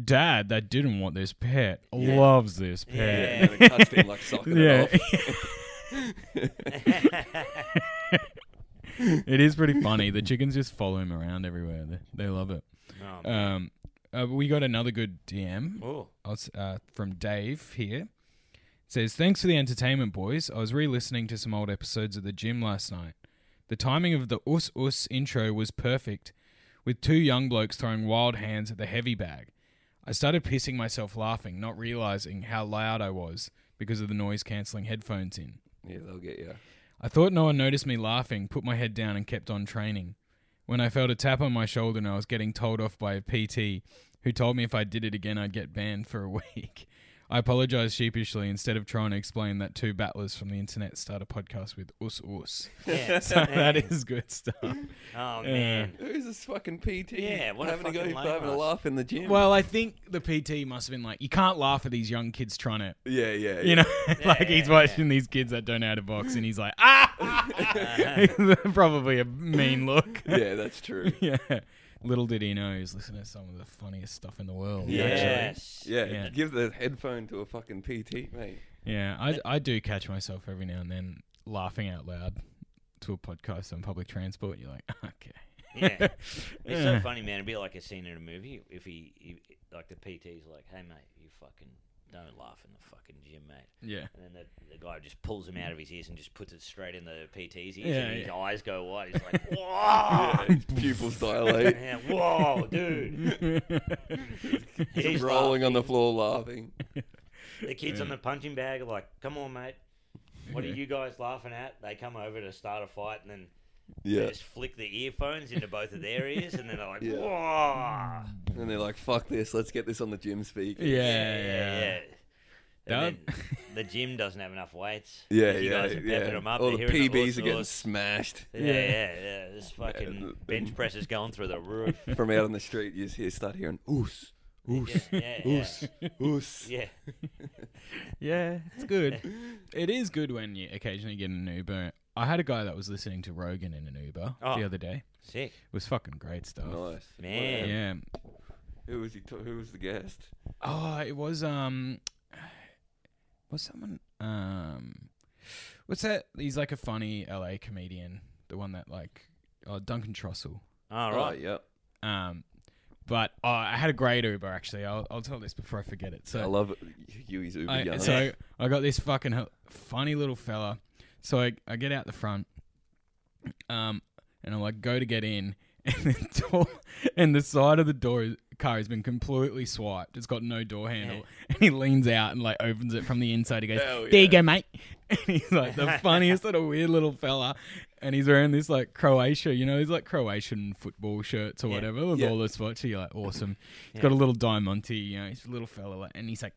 B: "Dad, that didn't want this pet. Loves this
A: Yeah,
B: pet."
A: and it touched
B: [laughs]
A: him like sucking
B: Yeah.
A: it off.
B: [laughs]
C: Ah.
B: it is pretty funny. The chickens just follow him around everywhere. They, they love it.
C: [laughs] Oh, man.
B: Um, uh, we got another good DM.
C: Ooh.
B: I was, uh, from Dave here. It says, Thanks for the entertainment, boys. I was re listening to some old episodes at the gym last night. The timing of the us us intro was perfect, with two young blokes throwing wild hands at the heavy bag. I started pissing myself laughing, not realizing how loud I was because of the noise cancelling headphones in.
A: Yeah, they'll get you.
B: I thought no one noticed me laughing, put my head down, and kept on training. When I felt a tap on my shoulder and I was getting told off by a PT who told me if I did it again, I'd get banned for a [laughs] week. I apologized sheepishly instead of trying to explain that two battlers from the internet start a podcast with us us. [laughs]
C: Yeah.
B: So that is good stuff. [laughs]
C: Oh man.
A: Who's this fucking PT?
C: Yeah, what a
A: having a
C: fucking
A: go
C: lame
A: for having a
C: ass.
A: laugh in the gym.
B: Well, I think the PT must have been like, you can't laugh at these young kids trying to,
A: yeah, yeah,
B: you know, [laughs] like
C: yeah,
B: he's watching these kids that don't know how to box, and he's like,
C: [laughs] Uh-huh.
B: ah, [laughs] probably a mean look.
A: yeah. yeah, that's
B: [laughs]
A: true.
B: yeah. Little did he know he's listening to some of the funniest stuff in the world.
A: Yeah.
B: actually.
C: Yes.
A: Yeah,
B: Yeah.
A: give the headphone to a fucking PT, mate.
B: Yeah. I, I do catch myself every now and then laughing out loud to a podcast on public transport. You're like, [laughs] okay.
C: Yeah. [laughs] It's
B: Yeah.
C: so funny, man. It'd be like a scene in a movie if he, he like the PT's like, "Hey, mate, you fucking don't laugh in the fucking gym, mate." [laughs]
B: Yeah. [laughs]
C: And then the, the guy just pulls him out of his ears and just puts it straight in the PT's ears,
B: Yeah,
C: and his
B: yeah.
C: eyes go wide. He's
B: [laughs]
C: like,
B: Ah.
C: "Whoa,
A: Pupils dilate.
C: yeah, whoa, dude!" [laughs]
B: [laughs]
C: He's
A: rolling on the floor laughing.
C: The kids on the punching bag are like, "Come on, mate." What are
B: Yeah.
C: you guys laughing at? They come over to start a fight, and then they
A: Yeah.
C: just flick the earphones into both of their ears, and then they're like,
A: Yeah.
C: "Whoa!"
A: And they're like, fuck this, let's get this on the gym speaker.
B: yeah.
C: yeah, yeah.
B: Yeah.
C: yeah. And
B: That-
C: then the gym doesn't have enough weights.
A: Yeah,
C: you
A: yeah,
C: guys are pepping
A: yeah.
C: them up.
A: All
C: they're
A: the
C: hearing
A: PBs
C: horse
A: are getting
C: noise.
A: smashed
C: Yeah, yeah, yeah. This fucking
A: the-
C: bench press is going through
B: [laughs]
C: the roof.
A: [laughs] from out on the street. You just hear, start hearing, oos, oos,
C: yeah, yeah, yeah.
A: oos.
C: yeah.
B: Yeah, It's
C: [laughs]
B: good. it is good when you occasionally get an Uber. I had a guy that was listening to Rogan in an Uber
C: Oh.
B: the other day.
C: Sick.
B: It was fucking great stuff.
A: Nice.
C: Man.
B: Yeah.
A: Who was, he ta- who was the guest?
B: Oh, it was um, was someone um, what's that? He's like a funny LA comedian, the one that like oh Duncan Trussell.
C: All
A: Oh,
C: right.
A: yep.
B: Um, but oh, I had a great Uber actually. I'll I'll tell this before I forget it. So
A: I love it. Huey's Uber
B: I-
A: young.
B: so I got this fucking h- funny little fella. So I, I get out the front, um, and I'm like, go to get in, [laughs] and the door, and the side of the door car has been completely swiped. It's got no door handle, [laughs] and he leans out and like opens it from the inside. He goes,
A: Hell
B: there you
A: yeah.
B: go, mate. [laughs] And he's
A: [laughs]
B: like the funniest little weird little fella, and he's wearing this like Croatia, you know, these like Croatian football shirts or
C: Yeah.
B: whatever with
A: Yeah.
B: all the spots. You're like awesome. He's got a little diamante, you know, he's a little fella, like, and he's like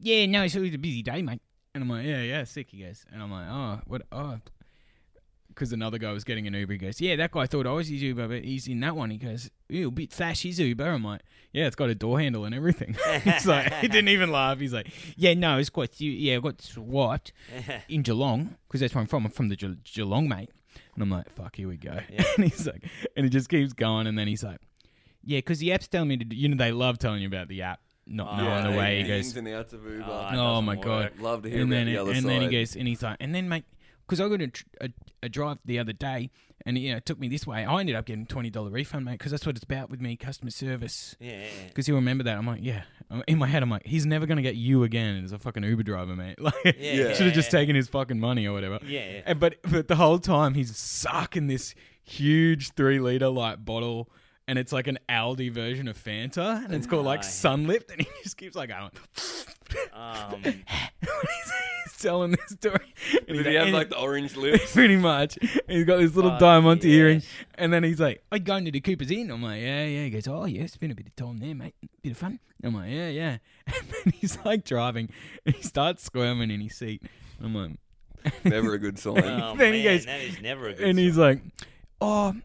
B: yeah, no, it's always a busy day, mate. And I'm like, yeah, yeah, sick, he goes. And I'm like, oh, what, oh. Because another guy was getting an Uber. He goes, yeah, that guy thought I was his Uber, but he's in that one. He goes, ew, a bit flash, his Uber. I'm like, yeah, it's got a door handle and everything. [laughs] He's like, he didn't even laugh. He's like, yeah, no, it's quite, yeah, I got swiped
C: [laughs]
B: in Geelong, because that's where I'm from. I'm from the Ge- Geelong, mate. And I'm like, fuck, here we go. [laughs] and he's like, and he just keeps going. And then he's like, yeah, because the app's telling me to, do, you know, they love telling you about the app, not
C: Oh,
B: knowing
A: Ah, yeah,
B: the
A: the
B: way. He goes,
A: ins and outs of Uber.
C: Oh, it
B: Oh
C: doesn't
B: my god!
C: work.
A: Love to hear
B: and
A: about
B: then
A: the
B: it-
A: other
B: and then he
A: side.
B: goes, and he's like, and then mate, because I got a, tr- a, a drive the other day, and you know, it took me this way. I ended up getting twenty dollar refund, mate, because that's what it's about with me, customer service.
C: Yeah. yeah, yeah.
B: Because you remember that? I'm like, yeah. I'm- In my head, I'm like, he's never gonna get you again as a fucking Uber driver, mate. [laughs] Like,
C: Yeah.
B: should have just taken his fucking money or whatever.
C: Yeah, yeah.
B: And, but but the whole time he's sucking this huge three liter like bottle. And it's like an Aldi version of Fanta, and it's called like
C: Nice.
B: Sunlift, and he just keeps like going. [laughs]
C: Um,
B: he's, he's telling this story. And he's
A: Did he have
B: and-
A: like the Oh, orange lips?
B: [laughs] pretty much? And he's got this little
C: Fuck
B: diamond
C: yes.
B: earring, and then he's like, "I going to the Cooper's Inn." I'm like, "Yeah, yeah." He goes, "Oh yeah, spent a bit of time there, mate. Bit of fun." I'm like, "Yeah, yeah." [laughs] And then he's like driving, and he starts squirming in his seat. I'm like,
A: Never a good sign.
C: oh,
B: Then
C: man,
B: he goes-
C: that is never a good
B: and he's
C: sign.
B: like, "Oh, do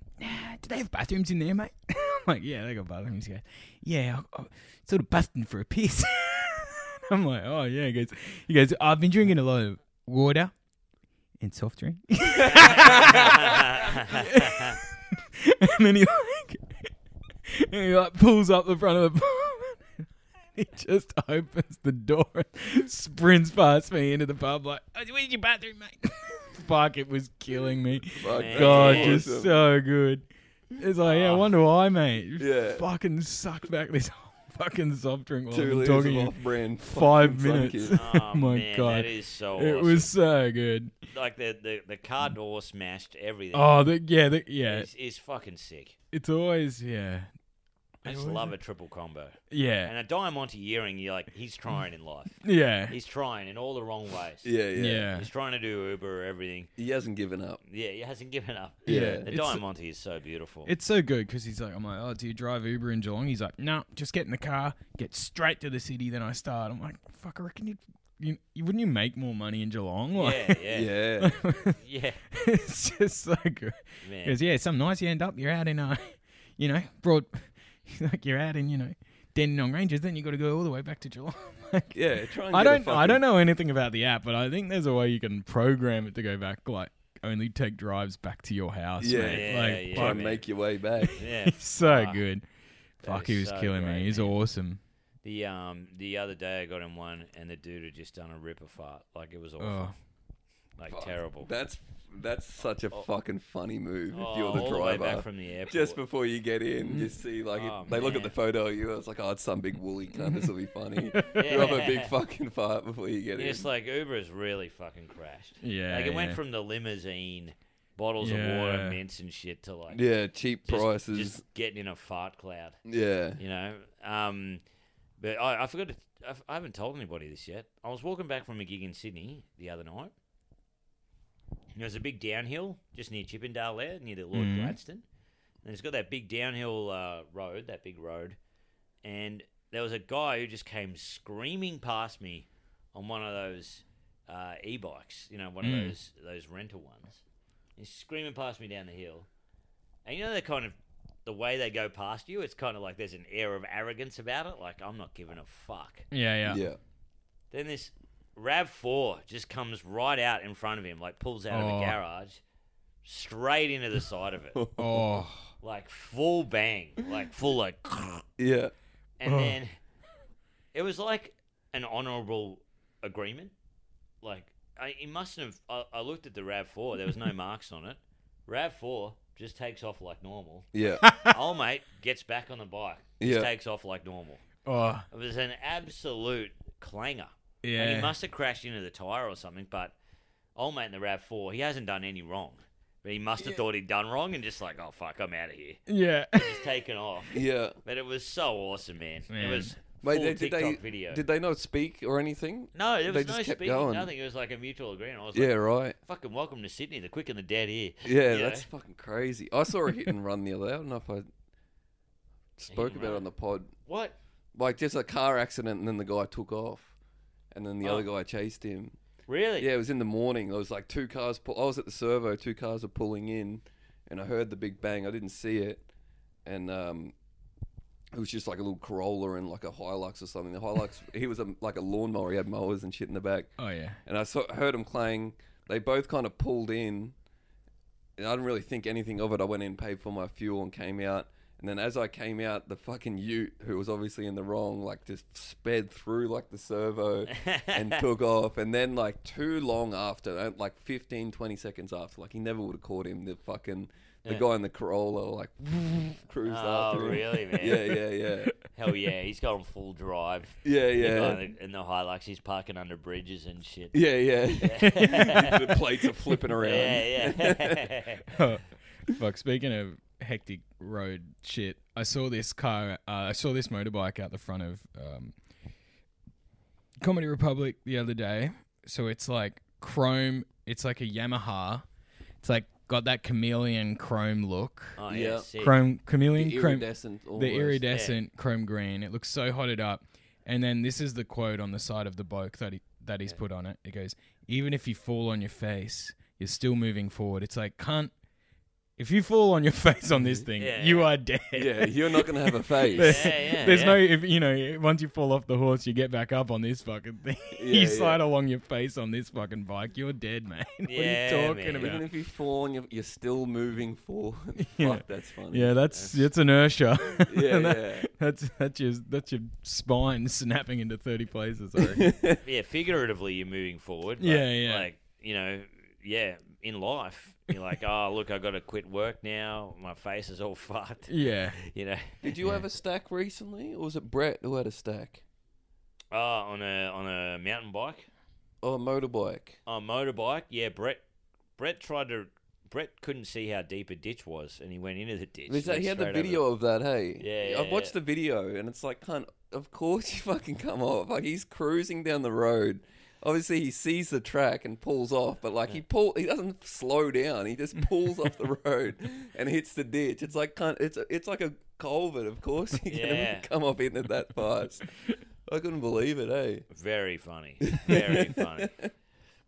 B: they have bathrooms in there, mate?" [laughs] I'm like, "Yeah, they got bathrooms." He goes, "Yeah, I, I [laughs] sort of busting for a piss." I'm like, "Oh yeah." He goes, "He goes, I've been drinking a lot of water and soft drink. [laughs] and then he like, and he like pulls up the front of the [laughs] pub. he just opens the door and sprints past me into the pub like, oh, where's your bathroom, mate? [laughs] Fuck, it was killing me.
A: [laughs] Fuck,
C: Man.
A: that's
B: God,
C: Yeah.
B: just uh,
A: awesome.
B: so good. It's like, yeah, I
C: Ah.
B: wonder why, mate.
A: Yeah.
B: Fucking suck back this whole [laughs] fucking soft drink while
A: two
B: I'm
A: liters
B: talking.
A: of
B: to you.
A: off-brand
B: Five
A: fucking sun
B: minutes. [laughs]
A: kiss.
C: [laughs] Oh,
B: My
C: man,
B: God.
C: that is so.
B: It
C: awesome.
B: was so good.
C: like the the, the car
A: Mm.
C: door smashed everything.
B: Oh, the, yeah, the, yeah.
C: is, is fucking sick.
B: It's always yeah,
C: I just love a triple combo. And
B: yeah,
C: a Diamante earring, you're like, he's trying in life.
B: yeah,
C: He's trying in all the wrong ways.
A: Yeah, yeah,
B: yeah,
C: He's trying to do Uber or everything.
A: He hasn't given up.
C: Yeah, he hasn't given up.
A: Yeah.
C: The
B: It's,
C: Diamante is so beautiful.
B: it's so good because he's like, I'm like, oh, do you drive Uber in Geelong? He's like, no, just get in the car, get straight to the city, then I start. I'm like, fuck, I reckon you'd, you, you wouldn't you make more money in Geelong? Like,
C: yeah, yeah, yeah.
A: [laughs]
B: [laughs]
A: Yeah,
B: it's just so good.
C: man.
B: Because yeah, some nights you end up, you're out in uh, [laughs] you know, broad, [laughs] like you're out in you know, Dandenong Ranges, then you got to go all the way back to Geelong. [laughs] Like,
A: yeah. Try and
B: I
A: get a
B: don't I
A: fucking-
B: don't know anything about the app, but I think there's a way you can program it to go back like only take drives back to your house.
A: Yeah.
B: mate.
C: Yeah,
B: like
A: Try
C: yeah.
B: fuck,
A: and
C: man.
A: make your way back.
C: yeah.
B: [laughs] so
C: Ah,
B: good.
C: that
B: Fuck,
C: is
B: he was
C: so
B: killing
C: great,
B: me. He's
C: man. [laughs]
B: awesome.
C: The um the other day I got in one and the dude had just done a ripper fart. Like it was awful.
B: Oh.
C: like
A: Fuck.
C: terrible.
A: That's that's such a
C: Oh.
A: fucking funny move
C: Oh,
A: if you're the
C: all
A: driver.
C: the way back from the airport.
A: just before you get in, you see like it-
C: Oh,
A: they look at the
C: man.
A: photo of you. It's like, oh, it's some big woolly cunt. This will be
B: [laughs]
C: [laughs]
A: funny. You have a big fucking fart before you get
C: Yeah, It's
A: in.
C: like Uber has really fucking crashed.
B: Yeah,
C: Like it went
B: yeah.
C: from the limousine, bottles of water,
B: Yeah.
C: mints and shit to like
A: yeah, cheap
C: just-
A: prices.
C: Just getting in a fart cloud,
A: yeah,
C: you know. Um, but I, I forgot to. I, f- I haven't told anybody this yet. I was walking back from a gig in Sydney the other night. And There's a big downhill just near Chippendale there, near the Lord
B: Mhm.
C: Gladstone. And it's got that big downhill uh, road, that big road. And there was a guy who just came screaming past me on one of those uh, e-bikes, you know, one of
B: Mm.
C: those those rental ones. He's screaming past me down the hill. And you know, they're kind of the way they go past you, it's kind of like there's an air of arrogance about it. Like, I'm not giving a fuck.
B: Yeah,
A: yeah, [laughs]
C: [laughs]
B: yeah.
C: Then this RAV4 just comes right out in front of him, like pulls out of
B: Oh.
C: the garage, straight into the
A: [laughs]
C: side of it.
B: Oh,
C: like, full bang. Like, full, like, [laughs]
A: yeah,
C: and
B: Oh.
C: then it was like an honorable agreement. Like, I, it mustn't have. I, I looked at the RAV4, there
A: [laughs]
C: was no marks on it. RAV4 just takes off like
A: [laughs]
C: normal. [laughs]
A: yeah,
C: Old mate gets back on the bike, just
A: Yeah.
C: takes off like normal.
B: oh,
C: It was an absolute clanger. And he
B: yeah.
C: must have crashed into the tire or something, but old mate in the RAV4, he hasn't done any wrong. But he must have thought he'd done wrong and just like, oh, fuck, I'm out of here.
B: yeah. [laughs]
C: He's taken off.
A: yeah.
C: But it was so awesome, man.
B: Man.
C: It was
A: Mate,
C: full
A: they- did
C: TikTok
A: they
C: video.
A: did they not speak or anything?
C: no, there
A: they
C: was no
A: just kept
C: speaking,
A: going?
C: nothing. It was like a mutual agreement. I was
A: Yeah,
C: like,
A: right.
C: fucking welcome to Sydney, the quick and the dead here.
A: Yeah,
C: You know?
A: that's fucking crazy. I saw a hit and run the other day. I don't know if I spoke
C: and
A: about it
C: run?
A: on the pod.
C: What?
A: Like just a car accident, and then the guy took off, and then the
C: Oh.
A: other guy chased him.
C: Really? [laughs]
A: Yeah, it was in the morning. There was like two cars. Pull- I was at the servo. Two cars were pulling in, and I heard the big bang. I didn't see it, and um, it was just like a little Corolla and like a Hilux or something. The Hilux. [laughs] he was a, like a lawnmower. He had mowers and shit in the back.
B: Oh yeah.
A: And I saw, heard him clang. They both kind of pulled in. And I didn't really think anything of it. I went in, paid for my fuel, and came out. And then as I came out, the fucking Ute, who was obviously in the wrong, like just sped through like the servo and
C: [laughs]
A: took off. And then like too long after, uh, like 15, 20 seconds after, like he never would have caught him. The fucking the
C: Yeah.
A: guy in the Corolla like [laughs] cruised
C: Oh,
A: after him. [laughs]
C: really, man?
A: Yeah, yeah,
C: [laughs]
A: yeah,
C: Hell yeah, he's going full drive.
A: yeah,
C: The guy
A: yeah.
C: in the- in the Hilux, he's parking under bridges and shit.
A: Yeah, yeah.
B: [laughs]
A: [laughs] the plates are flipping around.
C: Yeah, yeah. [laughs]
B: Oh, [laughs] Fuck. Speaking of hectic road shit, I saw this car. Uh, I saw this motorbike out the front of um, Comedy Republic the other day. So it's like chrome. It's like a Yamaha. It's like got that chameleon chrome look.
C: oh,
A: Yeah.
C: yeah. sick.
B: Chrome
A: [laughs]
B: chameleon
A: The
B: chrome.
A: iridescent.
B: The
A: almost.
B: iridescent chrome green. It looks so hotted up. And then this is the quote on the side of the boke that he, that he's put on it. It goes, "Even if you fall on your face, you're still moving forward." It's like, cunt, if you fall on your [laughs] face on this thing,
C: Yeah,
B: you
C: yeah.
B: are dead.
A: Yeah,
B: [laughs]
A: you're not gonna have a
B: There's,
A: face.
C: Yeah, yeah,
B: there's
C: yeah.
B: no, if, you know, once you fall off the horse, you get back up on this fucking thing. [laughs]
A: Yeah, yeah.
B: you slide along your face on this fucking bike. You're dead, man. [laughs] what
C: Yeah,
B: are you talking
C: man.
A: Even
B: about?
A: if you fall, and you're, you're still moving forward. [laughs]
B: Yeah.
A: Fuck, that's funny.
B: Yeah, that's it's inertia.
A: [laughs]
B: [laughs]
A: Yeah,
B: And that-
A: yeah.
B: [laughs] That's that's your that's your spine [laughs] snapping into thirty places. I
A: [laughs]
B: reckon. [laughs]
C: yeah, figuratively you're moving forward. But
B: Yeah, yeah.
C: Like you know, yeah, in life you're like, oh look, I got to quit work now. My face is all [laughs] fucked.
B: yeah.
C: You know,
A: Did you have a stack recently, or was it Brett who had a stack?
C: oh, on a on a mountain bike,
A: Or a motorbike?
C: on a Oh, motorbike. Yeah, Brett, Brett tried to. Brett couldn't see how deep a ditch was, and he went into the ditch.
A: Is that,
C: like,
A: he had the
C: straight over
A: video of that, hey?
C: Yeah,
A: I've
C: yeah,
A: watched
C: yeah.
A: the video, and it's like, cunt, of course you fucking come off. Like, he's cruising down the road. Obviously, he sees the track and pulls off, but like he pull, he doesn't slow down. He just pulls off
C: [laughs]
A: the road and hits the ditch. It's like cunt, it's it's like a culvert. Of course, [laughs] you
C: Yeah.
A: can come off in it that
C: [laughs]
A: fast. I couldn't believe it, eh? [laughs]
C: Very funny. Very funny.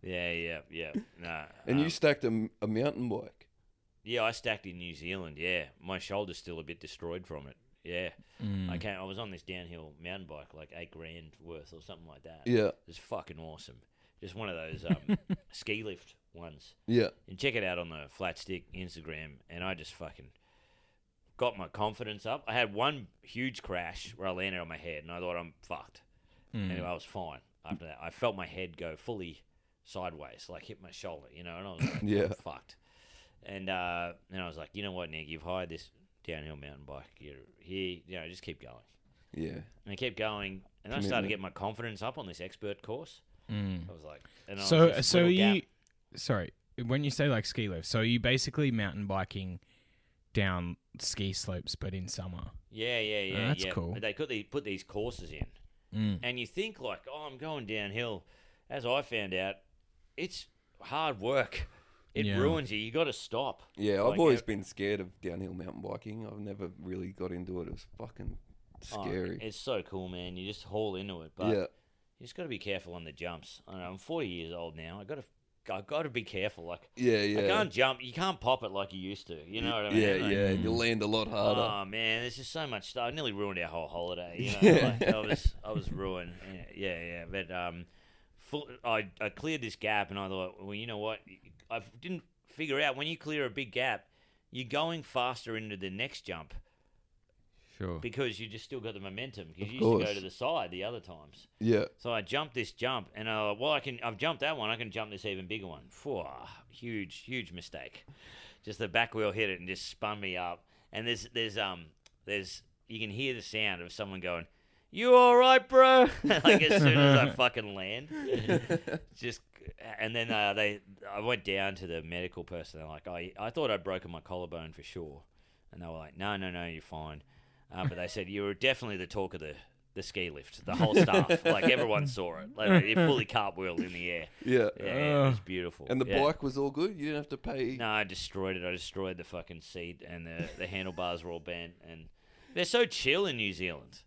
C: Yeah, yeah, yeah. Nah.
A: And you
C: um,
A: stacked a, m- a mountain bike.
C: Yeah, I stacked in New Zealand. Yeah, my shoulder's still a bit destroyed from it. Yeah, I came. I was on this downhill mountain bike, like eight grand worth or something like that.
A: Yeah,
C: it's fucking awesome. Just one of those um, ski lift ones.
A: yeah,
C: And check it out on the Flat Stick Instagram. And I just fucking got my confidence up. I had one huge crash where I landed on my head, and I thought I'm fucked.
B: Hmm.
C: Anyway, I was fine after that. I felt my head go fully sideways, like hit my shoulder, you know, and I
B: [laughs]
C: was like,
A: Yeah.
C: I'm fucked. And uh, and I was like, you know what, Nick, you've hired this downhill mountain bike. You're here, you know, just keep going.
A: yeah.
C: And I kept going, and I started
A: Commitment.
C: to get my confidence up on this expert course. I was like, and I
B: Mm.
C: was
B: So
C: this
B: so
C: little
B: you,
C: gap.
B: sorry, when you say like ski lift, so you basically mountain biking down ski slopes, but in summer.
C: yeah, yeah, yeah,
B: that's
C: yeah.
B: cool.
C: They could they put these courses in,
B: Mm.
C: and you think like, oh, I'm going downhill. As I found out, it's hard work. It
B: Yeah.
C: ruins you. You got to stop.
A: Yeah, I've
C: Like,
A: always
C: uh,
A: been scared of downhill mountain biking. I've never really got into it. It was fucking
C: Oh,
A: scary.
C: it's so cool, man. You just haul into it, but
A: yeah,
C: you just got to be careful on the jumps. I know, I'm 40 years old now. I got to, I got to be careful. Like
A: yeah, yeah.
C: I can't jump. You can't pop it like you used to. You know what I mean?
A: yeah,
C: Like, mm.
A: yeah. You land a lot harder.
C: Oh man, there's just so much stuff. I nearly ruined our whole holiday. You know,
A: Yeah.
C: like, I was I was ruined. Yeah, yeah, yeah. But um, full, I I cleared this gap, and I thought, well, you know what? I didn't figure out when you clear a big gap, you're going faster into the next jump
B: Sure.
C: because you just still got the momentum. Because
A: Of
C: you used to go
A: course.
C: to the side the other times.
A: yeah,
C: So I jumped this jump, and I well, I can I've jumped that one. I can jump this even bigger one. Phew, huge, huge mistake. Just the back wheel hit it and just spun me up. And there's there's um there's you can hear the sound of someone going, "You all right, bro?" [laughs] like as soon as I fucking land, just and then uh, they I went down to the medical person. They're like, "I I thought I'd broken my collarbone for sure," and they were like, "No, no, no, you're fine." Um, but they said you were definitely the talk of the, the ski lift. The whole staff,
A: [laughs]
C: like everyone saw it. Like it fully cartwheeled in the air.
A: yeah.
C: Yeah, yeah, it was
B: Ugh.
C: beautiful.
A: And the
C: yeah.
A: bike was all good. You didn't have to pay.
C: No, I destroyed it. I destroyed the fucking seat, and the the handlebars were all bent. And they're so chill in New Zealand.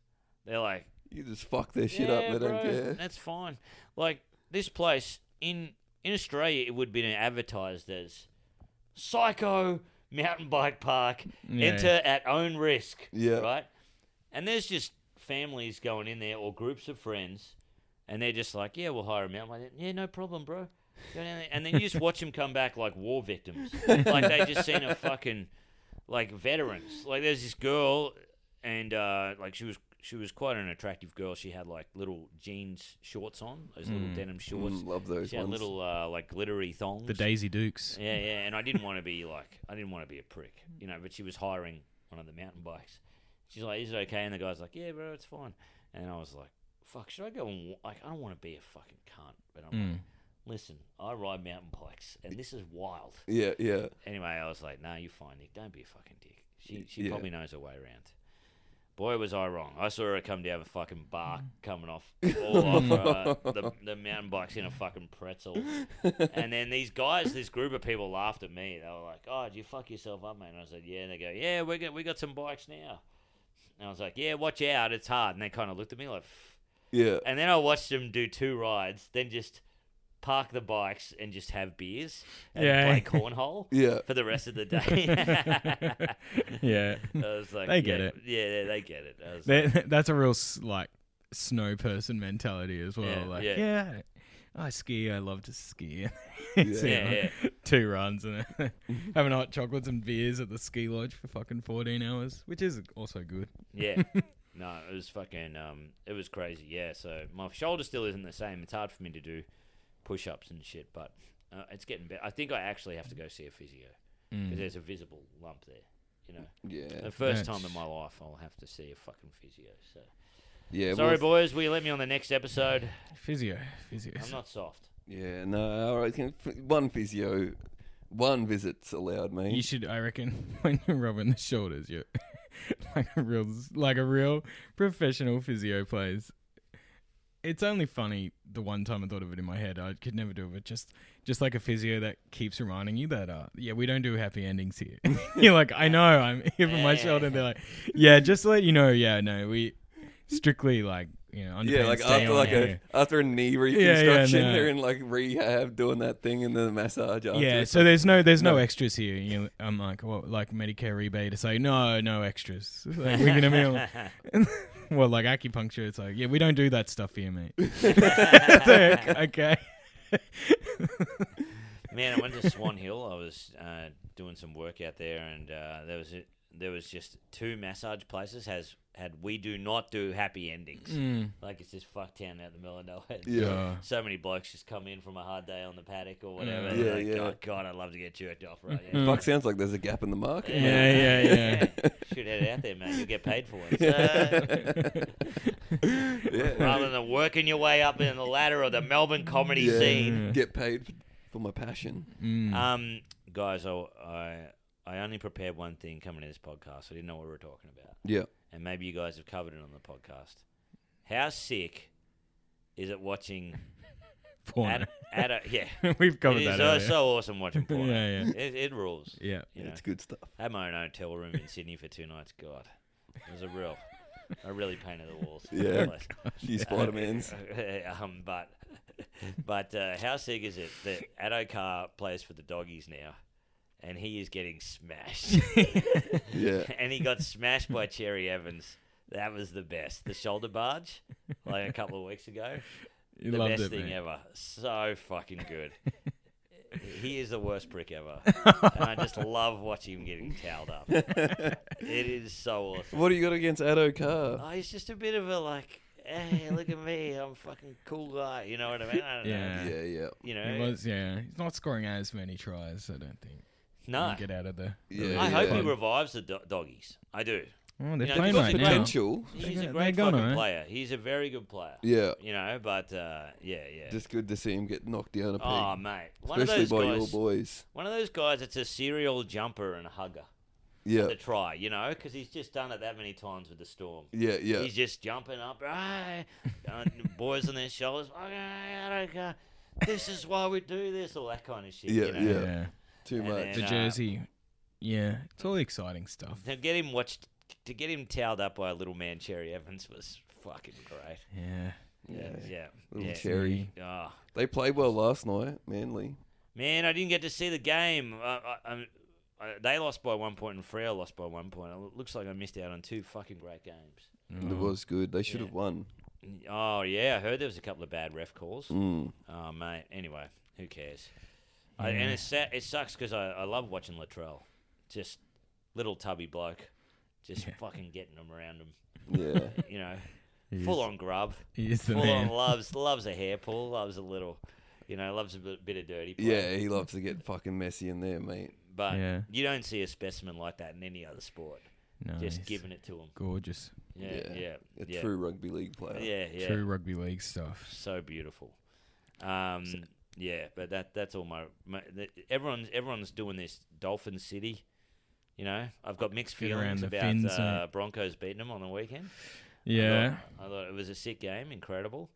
C: They're like,
A: You just fuck their shit up.
C: "Yeah,
A: They
C: bro,
A: don't care.
C: That's fine. Like this place in in Australia, it would have been advertised as psycho mountain bike park.
B: Yeah.
C: Enter at own risk.
A: Yeah.
C: Right. And there's just families going in there or groups of friends, and they're just like, "Yeah, we'll hire a mountain bike." Yeah, no problem, bro. Go down there. And then you just watch them come back like war victims, like they just seen a fucking like veterans. Like there's this girl, and uh, like she was she was quite an attractive girl. She had like little jeans shorts on, those little denim shorts.
A: Mm, love those
C: she had
A: ones.
C: little uh, like glittery thongs.
B: The Daisy Dukes.
C: Yeah, yeah. And I didn't want to be like, I didn't want to be a prick, you know. But she was hiring one of the mountain bikes. She's like, "Is it okay?" And the guy's like, "Yeah, bro, it's fine." And I was like, "Fuck, should I go?" And wa- like, I don't want to be a fucking cunt, but I'm like,
B: Mm.
C: listen, I ride mountain bikes, and this is wild.
A: Yeah, yeah.
C: Anyway, I was like, "No, nah, you're fine, Nick. Don't be a fucking dick." She she
A: Yeah.
C: probably knows her way around. Boy, was I wrong. I saw her come down with fucking bark coming off all off uh, the, the mountain bikes in a fucking pretzel. And then these guys, this group of people laughed at me. They were like, "Oh, did you fuck yourself up, man?" And I said, "Yeah." And they go, "Yeah, we got we got some bikes now." And I was like, "Yeah, watch out, it's hard." And they kind of looked at me like, "Pff."
A: Yeah.
C: and then I watched them do two rides, then just park the bikes, and just have beers and
B: Yeah. [laughs]
C: play cornhole
A: Yeah.
C: for the rest of the day.
B: yeah.
C: [laughs]
B: [laughs]
C: I was like,
B: They get
C: yeah,
B: it.
C: Yeah, they- they get it. I was
B: They- [laughs]
C: like,
B: that's a real s- like snow person mentality as well.
C: Yeah,
B: like,
C: yeah.
B: yeah. I, I ski. I love to ski. [laughs]
A: Yeah.
B: It's
C: Yeah,
B: like Two runs and
C: [laughs]
B: having hot chocolates and beers at the ski lodge for fucking fourteen hours, which is also good.
C: yeah. No, it was fucking. Um, it was crazy. Yeah. So my shoulder still isn't the same. It's hard for me to do push-ups and shit, but uh, it's getting better. I think I actually have to go see a physio
B: Mm.
C: because there's a visible lump there. You know,
A: Yeah.
C: the first
B: That's-
C: time in my life I'll have to see a fucking physio. So
A: Yeah.
C: sorry,
A: well,
C: boys. Will you let me on the next episode?
B: Physio, physio.
C: I'm not soft.
A: Yeah. No. All right. can- One physio, one visit's allowed me.
B: You should, I reckon, [laughs] when you're [laughs] rubbing the shoulders, you like a real, like a real professional physio plays. It's only funny the one time I thought of it in my head. I could never do it, but just, just like a physio that keeps reminding you that, uh, yeah, we don't do happy endings here. [laughs] you're like, I know, I'm [laughs] here for my shoulder. They're like, yeah, just to let you know, yeah, no, we strictly like, you know,
A: yeah,
B: underpants
A: like
B: stay
A: after
B: on
A: like
B: here.
A: a after a knee reconstruction,
B: no.
A: they're in like rehab doing that thing and then the massage. After.
B: Yeah, so there's no there's no, extras here. You know, I'm like, what, like Medicare rebate to say no, no extras. [laughs] Like, we can have meal. well, like acupuncture, it's like, yeah, we don't do that stuff here,
C: [laughs]
B: mate. [laughs] It's like, okay.
C: [laughs] Man, I went to Swan Hill. I was uh, doing some work out there, and uh, there was a, there was just two massage places has had we do not do happy endings.
B: Mm.
C: Like it's just fuck town out the middle of nowhere.
A: Yeah.
C: So many blokes just come in from a hard day on the paddock or whatever.
A: Yeah,
C: Yeah, like,
A: yeah.
C: God, God, I'd love to get jerked off right now.
A: Fuck, sounds like there's a gap in the market.
B: Yeah, yeah,
A: [laughs]
B: yeah.
C: Shoot head out there, man. You'll get paid for it. So, [laughs]
B: [laughs]
A: Yeah.
C: rather than working your way up in the ladder of the Melbourne comedy
A: Yeah.
C: scene,
A: Get paid f- for my passion.
B: Mm, Hmm.
C: Um, guys, I, I I only prepared one thing coming to this podcast. I didn't know what we were talking about,
A: Yeah.
C: and maybe you guys have covered it on the podcast. How sick is it watching?
B: Porn.
C: Ad, ad, uh, yeah,
B: We've [laughs]
C: it
B: covered
C: is
B: that.
C: so,
B: earlier.
C: so awesome
B: [laughs]
C: watching porn.
B: Yeah, yeah.
C: It, it rules.
B: yeah.
C: You know,
A: It's good stuff.
B: [laughs]
C: I had my own hotel room in Sydney for two nights. God, it was a real, a really pain in the walls.
A: Yeah.
C: Place.
B: [laughs]
A: Few Spider Mans.
C: [laughs] um, but but uh, how sick is it that Addo Carr plays for the doggies now, and he is getting smashed,
A: Yeah.
C: [laughs] and he got smashed by Cherry Evans. That was the best. The shoulder barge, like a couple of weeks
B: [laughs]
C: ago.
B: You
C: the
B: loved
C: best
B: it,
C: thing
B: mate.
C: ever. So fucking
B: [laughs]
C: good. he is the worst prick ever, and I
B: [laughs]
C: just love watching him getting towed up. it is so
A: [laughs]
C: awesome.
A: What do you got against Addo Carr?
C: Oh, he's just a bit of a like, hey, look at me, I'm a fucking cool guy. You know what I mean? I don't know.
B: Yeah.
A: Yeah, yeah.
C: You
B: It
C: know,
B: was, yeah. He's not scoring as many tries, I don't think.
C: no.
B: He'll Get out of the.
A: Yeah,
C: I hope
A: yeah.
C: he revives the do- doggies. I do.
B: Oh, they're
C: You know,
B: playing
C: because
B: right
C: the
B: now.
A: Potential.
C: He's
B: go-
C: a
B: they're
C: great
B: gone,
C: fucking
B: alright.
C: player. He's a very good player.
A: Yeah.
C: You know, but uh, yeah, yeah.
A: Just good to see him get knocked down a peg.
C: oh, mate, one
A: especially
C: of those
A: by
C: guys.
A: your boys.
C: One of those guys. that's a serial jumper and a hugger.
A: Yeah.
C: The try, you know, because he's just done it that many times with the storm.
A: Yeah, yeah.
C: He's just jumping up, right? uh, boys on their shoulders. Okay, I don't care. This is why we do this, all that kind of shit.
A: Yeah,
C: you know?
A: yeah.
B: yeah.
A: Too
C: and uh,
A: much.
B: the
C: Nah.
B: jersey. Yeah, it's all exciting stuff.
C: To get him watched, to get him towed up by a little man, Cherry Evans was fucking great.
B: Yeah,
C: Yeah, yeah,
A: Little
C: yeah.
A: cherry.
C: Ah,
A: They played well last night, Manly.
C: man, I didn't get to see the game. I, I, I'm- I, they lost by one point, and Freo lost by one point. It looks like I missed out on two fucking great games.
A: It
B: Mm.
A: was good. They should
C: Yeah.
A: have won.
C: Oh yeah, I heard there was a couple of bad ref calls.
A: Mm. Oh,
C: Oh mate, anyway, who cares? I, and it's sa- it sucks because I, I love watching Latrell, just little tubby bloke, just fucking getting them around him.
A: Yeah.
C: You
A: [laughs]
C: know, full on grub.
B: he is the
C: full on
B: man.
C: loves loves a hair pull, loves a little, you know, loves a bit, bit of dirty. Play.
A: yeah, he loves to get fucking messy in there, mate.
C: but
B: Yeah.
C: you don't see a specimen like that in any other sport.
B: Nice.
C: Just giving it to him.
B: gorgeous,
C: Yeah, yeah, yeah,
A: A
C: yeah,
A: true rugby league player.
C: yeah,
B: true rugby league stuff.
C: So beautiful. Um, yeah, but that that's all my, my th everyone's everyone's doing this Dolphin City. You know, I've got mixed
B: Get around
C: feelings
B: the
C: about
B: fins,
C: uh, Broncos beating them on the weekend.
B: Yeah,
C: I thought, I thought it was a sick game, incredible,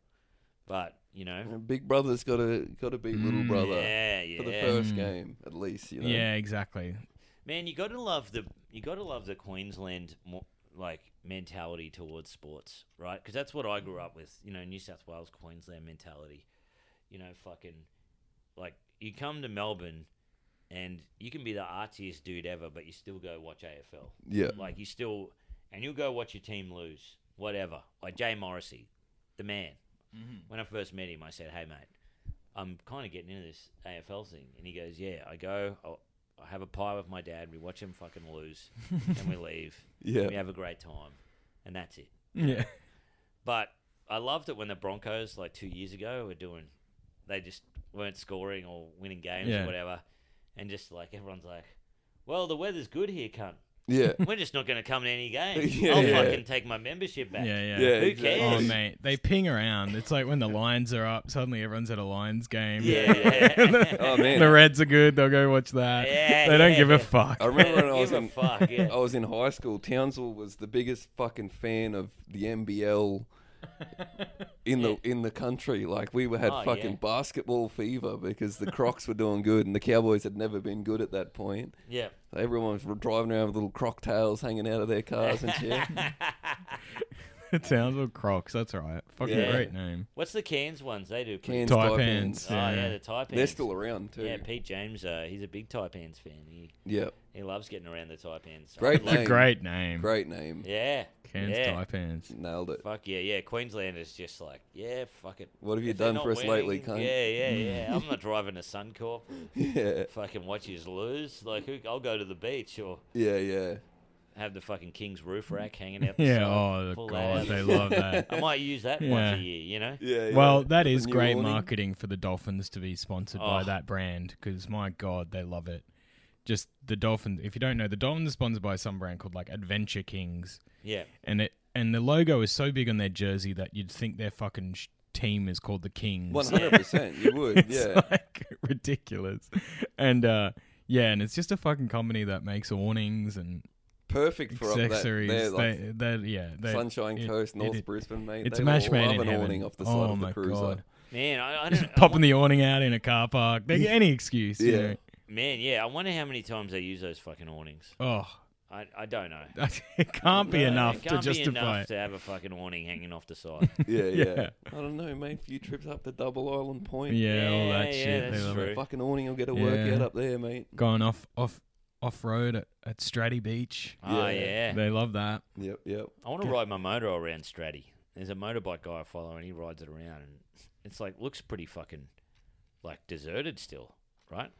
C: but you know,
A: And Big brother's got to got to beat little brother
C: yeah, yeah,
A: for the first game at least, you know.
B: yeah, exactly.
C: Man, you gotta love the you gotta love the Queensland mo like mentality towards sports, right? Because that's what I grew up with. You know, New South Wales, Queensland mentality. you know, fucking like you come to Melbourne and you can be the artsiest dude ever, but you still go watch AFL.
A: Yeah.
C: Like you still, and you'll go watch your team lose, whatever. Like Jay Morrissey, the man. When I first met him, I said, "Hey, mate, I'm kind of getting into this AFL thing," and he goes, "Yeah, I go." I'll, I have a pie with my dad. We watch him fucking
B: [laughs]
C: lose, and we leave.
A: Yeah.
C: we have a great time, and that's it.
B: Yeah.
C: But I loved it when the Broncos, like two years ago, were doing, they just weren't scoring or winning games
B: Yeah.
C: or whatever. And just like everyone's like, well, the weather's good here, cunt.
A: Yeah.
C: We're just not going to come
B: [laughs]
C: to any games.
A: Yeah,
C: I'll
A: yeah.
C: fucking take my membership back.
B: Yeah, yeah.
A: Yeah,
C: Who
A: exactly.
C: cares?
B: Oh mate, they ping around. It's like when the Lions are up, suddenly everyone's at a Lions game.
C: Yeah,
B: [laughs]
C: yeah.
A: Oh, man.
B: the Reds are good. They'll go watch that.
C: Yeah,
B: they don't
C: yeah,
B: give a
C: yeah.
B: fuck.
A: I remember
C: [laughs]
A: when I
C: Give
A: was
C: a
A: in [laughs]
C: fuck, yeah.
A: I was in high school. Townsville was the biggest fucking fan of the
C: [laughs]
A: NBL in the in the country. Like we were- had
C: Oh,
A: fucking
C: yeah.
A: basketball fever because the Crocs were doing good and the Cowboys had never been good at that point.
C: yeah.
A: So everyone was driving around with little croc tails hanging out of their cars and
C: [laughs]
A: shit.
B: The [laughs] Townsville Crocs. That's right. Fucking
A: Yeah.
B: great name.
C: What's the Cairns ones? They do. pretty-
A: Cairns
B: Tie
A: Taipans.
B: pants.
C: Oh, yeah,
B: Yeah.
C: the Taipans.
A: They're still around too.
C: Yeah, Pete James, uh, he's a big Taipans fan. He,
A: Yeah.
C: he loves getting around the Taipans.
A: Great
B: It's a
A: name.
B: great name.
A: Great name.
C: Yeah.
B: Cairns
C: yeah.
B: Taipans.
A: Nailed it.
C: Fuck yeah, yeah. Queenslanders just like, yeah, fuck it.
A: What have you
C: If they're
A: done
C: not
A: for us lately, cunt?
C: winning, Yeah,
B: Hmm.
C: yeah,
B: [laughs]
C: yeah. I'm not driving to Suncorp.
A: [laughs] Yeah.
C: Fucking watch you lose. Like, who, I'll go to the beach or
A: Yeah, yeah.
C: have the fucking King's roof rack hanging out. The
B: Yeah.
C: side,
B: Oh
C: pull that
B: god,
C: out. [laughs]
B: they love that.
C: I might use that
B: Yeah.
C: once a year. You know.
A: Yeah. yeah.
B: Well, that
A: The
B: is
A: new
B: great
A: awning.
B: marketing for the Dolphins to be sponsored by
C: Oh.
B: that brand because my God, they love it. Just the Dolphins. If you don't know, the Dolphins are sponsored by some brand called like Adventure Kings,
C: Yeah.
B: and it and the logo is so big on their jersey that you'd think their fucking sh- team is called the
A: [laughs]
B: Kings.
A: One
B: [laughs]
A: hundred percent. You would.
B: it's
A: Yeah.
B: like ridiculous, and uh, yeah, and it's just a fucking company that makes awnings and
A: Perfect for up that.
B: accessories.
A: They're like
B: they, they're, yeah, they,
A: Sunshine
B: it-
A: Coast,
B: it-
A: North
B: it-
A: Brisbane, mate.
B: It's
A: they
B: a match
A: will
B: made
A: love
B: in
A: an
B: heaven.
A: awning off the side
B: oh
A: of
B: my
A: the cruiser.
B: God.
C: Man, I, I
B: Just [laughs]
C: don't.
B: popping the awning out in a car park. They get any excuse. You
A: Yeah.
B: know.
C: man, yeah. I wonder how many times they use those fucking awnings.
B: Oh, [laughs]
C: I, I don't know.
B: it can't be
C: No,
B: enough
C: it can't
B: to justify
C: be enough
B: it.
C: to have a fucking awning hanging off the side.
A: [laughs] Yeah, yeah,
B: Yeah.
A: I don't know, mate. Few trips up to Double Island Point.
B: [laughs] yeah, all
C: Yeah,
B: that
C: yeah,
B: shit. They
C: that's
B: love it.
C: true.
A: fucking awning. I'll get a
B: Yeah.
A: workout up there, mate.
B: Going off off off road at, at Stratty Beach.
C: oh
A: Yeah.
C: yeah.
B: They love that.
A: Yep, yep.
C: I want to
B: Good.
C: ride my motor around Stratty. There's a motorbike guy I follow, and he rides it around, and it's like looks pretty fucking like deserted still, right?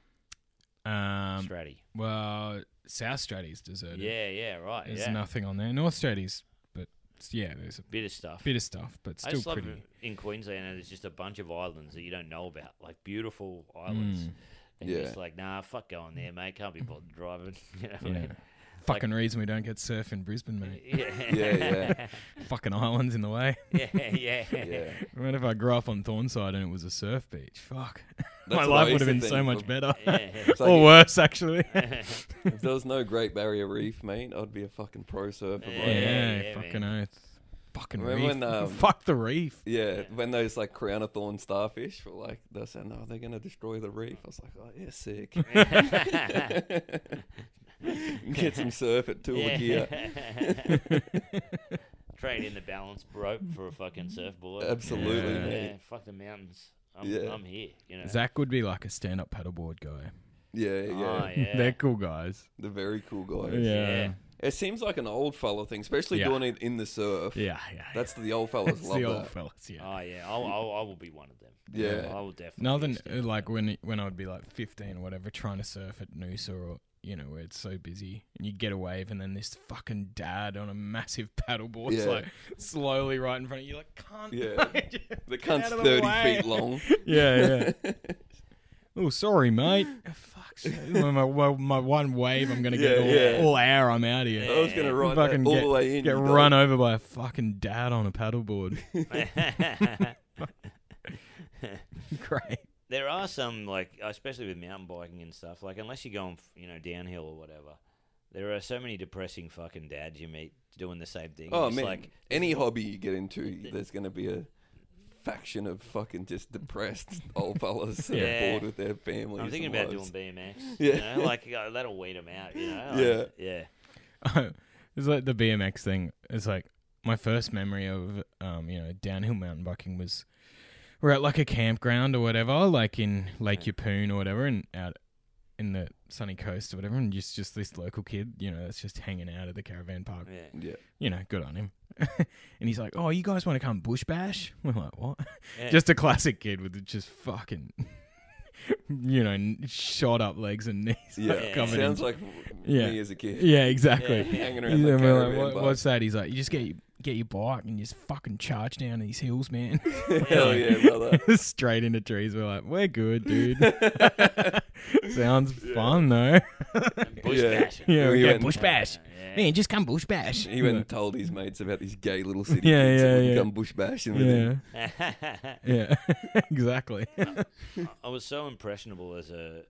B: Um,
C: Stratty.
B: well, South Stratty's deserted.
C: Yeah, yeah, right.
B: there's
C: yeah,
B: nothing on there. North Stratty's, but it's- yeah, there's a
C: bit of stuff.
B: bit of stuff, but
C: I
B: still
C: just love
B: pretty.
C: it in Queensland. and There's just a bunch of islands that you don't know about, like beautiful islands.
B: Hmm. Mm.
C: And you're
A: Yeah.
C: just like, nah, fuck going there, mate. Can't be bothered driving. [laughs] you know what I
B: Yeah.
C: mean?
B: Fucking reason we don't get surf in Brisbane,
C: [laughs]
B: mate.
C: Yeah.
A: Yeah,
B: Fucking islands in the way.
C: [laughs]
B: [laughs]
C: yeah. yeah, [laughs] yeah,
A: Yeah,
B: What if I grew up on Thornside and it was a surf beach? Fuck. [laughs] My
A: what I
B: life would
A: used
B: have
A: to
B: been so
A: think
B: much
A: of-
B: better. [laughs]
C: yeah.
A: [laughs] It's like
B: or
A: [laughs]
B: worse, actually.
A: if there was no Great Barrier Reef, mate, I'd be a fucking pro surfer.
C: Yeah.
A: Yeah,
B: [laughs] Yeah,
C: yeah,
B: fucking oath. Fucking
A: Remember
B: reef.
A: when, um,
B: [laughs] Fuck
A: [laughs]
B: the reef.
A: yeah. When those like crown of thorn starfish were like, they said, "No, they're gonna destroy the reef." I was like, "Oh yeah,
B: [laughs]
A: sick." [laughs] Get some surf at two a year.
C: Trade in the balance rope for a fucking surfboard.
A: Absolutely,
B: Yeah.
A: mate.
C: fuck the mountains. I'm,
A: Yeah.
C: I'm here. You know.
B: Zach would be like a stand up paddleboard guy.
A: Yeah, yeah.
C: Oh,
B: [laughs]
C: yeah.
B: They're cool guys.
A: The very cool guys.
B: Yeah. Yeah.
C: Yeah.
A: It seems like an old fella thing, especially
B: Yeah.
A: doing it in the surf.
B: Yeah.
A: That's the
B: [laughs]
A: old fellas
B: It's
A: love
B: the old
A: that.
B: fellas, yeah.
C: Oh yeah. I'll, I'll, I will be one of them.
A: Yeah.
C: I will definitely.
B: Nothing
C: extend
B: uh,
C: that.
B: like when when I would be like 15 or whatever, trying to surf at Noosa or, you know, where it's so busy and you get a wave and then this fucking dad on a massive [laughs] paddleboard's
A: Yeah.
B: like slowly right in front of you, like, can't. [laughs]
A: Yeah. [laughs] The cunt's
B: out of the
A: thirty
B: way.
A: feet long.
B: yeah, [laughs]
A: [laughs]
B: yeah. Oh, sorry, mate. "Oh, Fuck, my, my, my- my one wave, I'm gonna get
A: Yeah,
B: all,
A: yeah.
B: all hour. I'm out of here.
A: I was gonna ride
B: Fucking
A: that all
B: get,
A: the way in.
B: get
A: you
B: run
A: dog.
B: over by a fucking dad on a paddleboard.
A: [laughs]
B: Great.
C: [laughs] there are some like, especially with mountain biking and stuff. Like, unless you're going, you know, downhill or whatever, there are so many depressing fucking dads you meet doing the same thing.
A: Oh
C: It's
A: man,
C: like,
A: any hobby you get into, there's gonna be a faction of fucking just
C: [laughs]
A: depressed old fellas that are
C: Yeah.
A: bored with their families.
C: I'm thinking
A: and
C: about
A: lives.
C: doing BMX.
A: Yeah.
C: You know, like uh, that'll weed them out. You know. Like, yeah.
B: [laughs] it's like the BMX thing. It's like my first memory of um, you know, downhill mountain biking was we're at like a campground or whatever, like in Lake Yapoon or whatever, and out in the sunny coast or whatever, and just just this local kid, you know, that's just hanging out at the caravan park.
C: Yeah.
A: Yeah.
B: You know, good on him. [laughs] and he's like, "Oh, you guys want to come bush bash?" [laughs] We're like, "What?"
C: Yeah.
B: Just a classic kid with just fucking, [laughs] you know, n- shot up legs and knees. [laughs]
A: Yeah.
B: like, covered in-
A: Sounds
C: [laughs]
A: like
B: Yeah.
A: me as a kid.
B: yeah, exactly.
C: Yeah.
A: Hanging around the
B: He's like, we're like,
A: caravan
B: "What-
A: park.
B: what's that? He's like, you just get your, get your bike and just fucking charge down these hills, man.
A: [laughs] Hell yeah, brother.
B: [laughs] Straight into trees. We're like, we're good,
A: [laughs]
B: dude. [laughs] Sounds fun though. [laughs]
C: Bush
A: Yeah.
C: bashing.
B: yeah,
A: he
B: we go
A: went-
B: bush bash.
C: Yeah.
B: Man, just come bush
A: [laughs]
B: bash.
A: He went and told his mates about these gay little city
B: Yeah,
A: kids
B: yeah,
A: that would
B: yeah.
A: come bush bashing with
B: Yeah,
A: him.
B: yeah, [laughs] exactly.
C: [laughs] I was so impressionable as a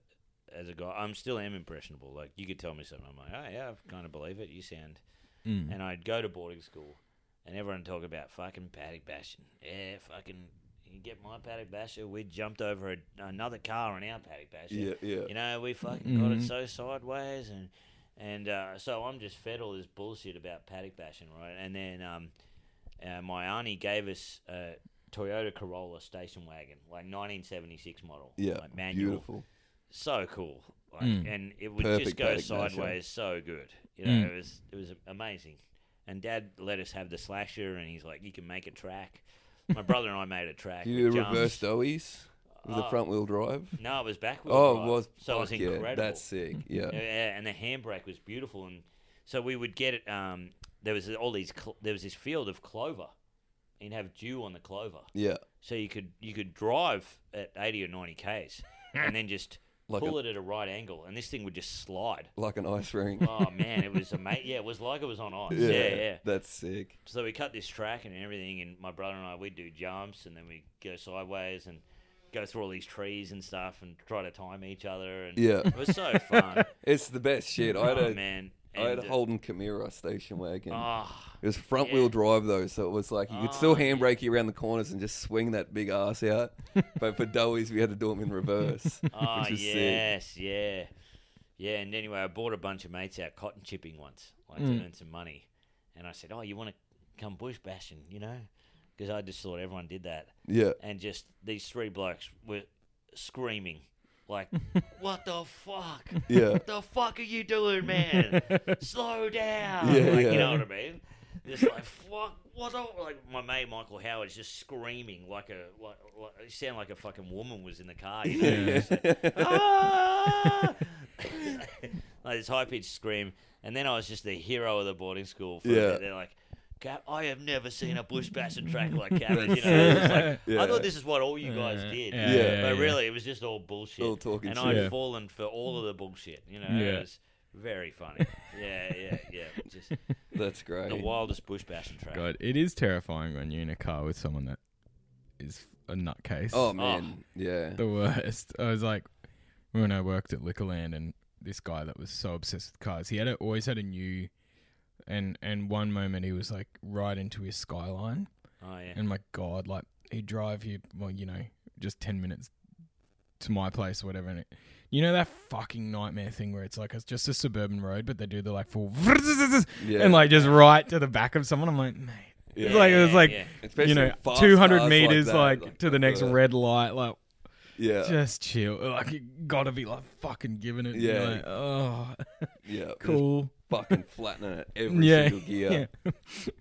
C: as a guy. I'm still am impressionable. Like you could tell me something, I'm like, oh yeah, I kind of believe it. You sound.
B: Mm.
C: And I'd go to boarding school, and everyone talk about fucking paddock bashing. Yeah, fucking. You get my paddock basher. We jumped over a, another car on our paddock basher.
A: Yeah, yeah.
C: You know, we fucking got it
A: Mm-hmm.
B: Mhm.
C: so sideways, and and uh, so I'm just fed all this bullshit about paddock bashing, right? And then um, uh, my auntie gave us a Toyota Corolla station wagon, like 1976 model,
A: Yeah.
C: like manual,
A: Beautiful.
C: so cool, like,
B: Mm.
C: and it would
A: Perfect
C: just go
A: paddock basher.
C: sideways so good. You know,
B: Mm.
C: it was it was amazing. And Dad let us have the slasher, and he's like, "You can make a track." My brother and I made a
A: [laughs]
C: track.
A: You
C: we
A: do
C: jumped.
A: reverse doughies with the
C: Oh.
A: front wheel drive.
C: No, it was backward.
A: Oh, it was.
C: so it was
A: fuck
C: incredible.
A: Yeah, that's sick.
C: [laughs]
A: Yeah.
C: Yeah, yeah, and the handbrake was beautiful, and so we would get it. Um, there was all these. Cl- there was this field of clover, and you'd have dew on the clover,
A: Yeah.
C: so you could you could drive at eighty or
A: [laughs]
C: ninety k's, and then just
A: Like
C: pull it at a right angle, and this thing would just slide.
A: Like an ice rink. [laughs]
C: Oh man, it was amazing. Yeah, it was like it was on ice. yeah. yeah.
A: That's
C: [laughs]
A: sick.
C: So we cut this track and everything, and my brother and I we do jumps, and then we go sideways and go through all these trees and stuff, and try to time each other. And
A: Yeah.
C: it was so fun.
A: It's the best shit. [laughs] I had
C: oh
A: a,
C: man,
A: I had
C: And,
A: a
C: uh,
A: Holden Camaro station wagon. [laughs]
C: ah,
A: it was front wheel
C: yeah.
A: drive though, so it was like you could still
C: Ah, yeah.
A: handbrake you around the corners and just swing that big ass
C: [laughs]
A: out. but for doughies, we had to do them in reverse,
C: Ah,
A: which was sick.
C: yes, yeah, yeah. And anyway, I bought a bunch of mates out cotton chipping once, like
B: Mm.
C: to earn some money. And I said, "Oh, you want to come bush bashing?" You know, because I just thought everyone did that.
A: Yeah,
C: And just these three blokes were screaming,
A: [laughs]
C: like, "What the fuck?
A: yeah,
C: What the fuck are you
A: [laughs]
C: doing, man? Slow down!"
A: Yeah,
C: like,
A: yeah.
C: You know what I mean? Just like fuck, what? The, like my mate Michael Howard's just screaming like a like, like it sounded like a fucking woman was in the [laughs] car. You know?
B: Yeah.
C: "Ah!" [laughs] like this high pitched scream, and then I was just the hero of the boarding school. For a
A: Yeah.
C: bit. they're like, "Cap, I have never seen a bush bashing
A: [laughs]
C: track like cabbage." You know, it was like,
A: Yeah.
C: I thought this is what all you guys
B: Yeah.
C: did,
B: Yeah,
A: Yeah.
C: but
B: yeah.
C: really it was just all bullshit.
A: All talking
C: and
A: shit.
C: I'd
B: Yeah.
C: fallen for all of the bullshit. You know,
B: Yeah.
C: it was
B: [laughs]
C: very funny. yeah, yeah, yeah. Just
A: [laughs] that's great.
C: the wildest bush bashing track.
B: God, it is terrifying when you're in a car with someone that is a nutcase.
A: Oh man, yeah,
B: the worst. I was like, when I worked at Liquorland, and this guy that was so obsessed with cars, he had a, always had a new, and and one moment he was like right into his skyline,
C: Oh yeah.
B: and my god, like he'd drive you, well, you know, just ten minutes to my place or whatever, and it, you know that fucking nightmare thing where it's like it's just a suburban road, but they do the like full [laughs]
A: yeah,
B: and like just right to the back of someone. I'm like, mate.
A: yeah.
B: It's like it was
C: Yeah,
B: like
C: yeah.
A: Especially
B: you know,
A: fast
B: two hundred
A: cars
B: meters
A: that,
B: like, to the next
A: uh,
B: red light, like
A: Yeah,
B: just chill. Like you gotta be like fucking giving it. Yeah.
A: Yeah.
B: Like, oh,
A: yeah, just
B: cool.
A: fucking flattening
B: [laughs]
A: it every
B: Yeah.
A: single gear.
B: [laughs] yeah.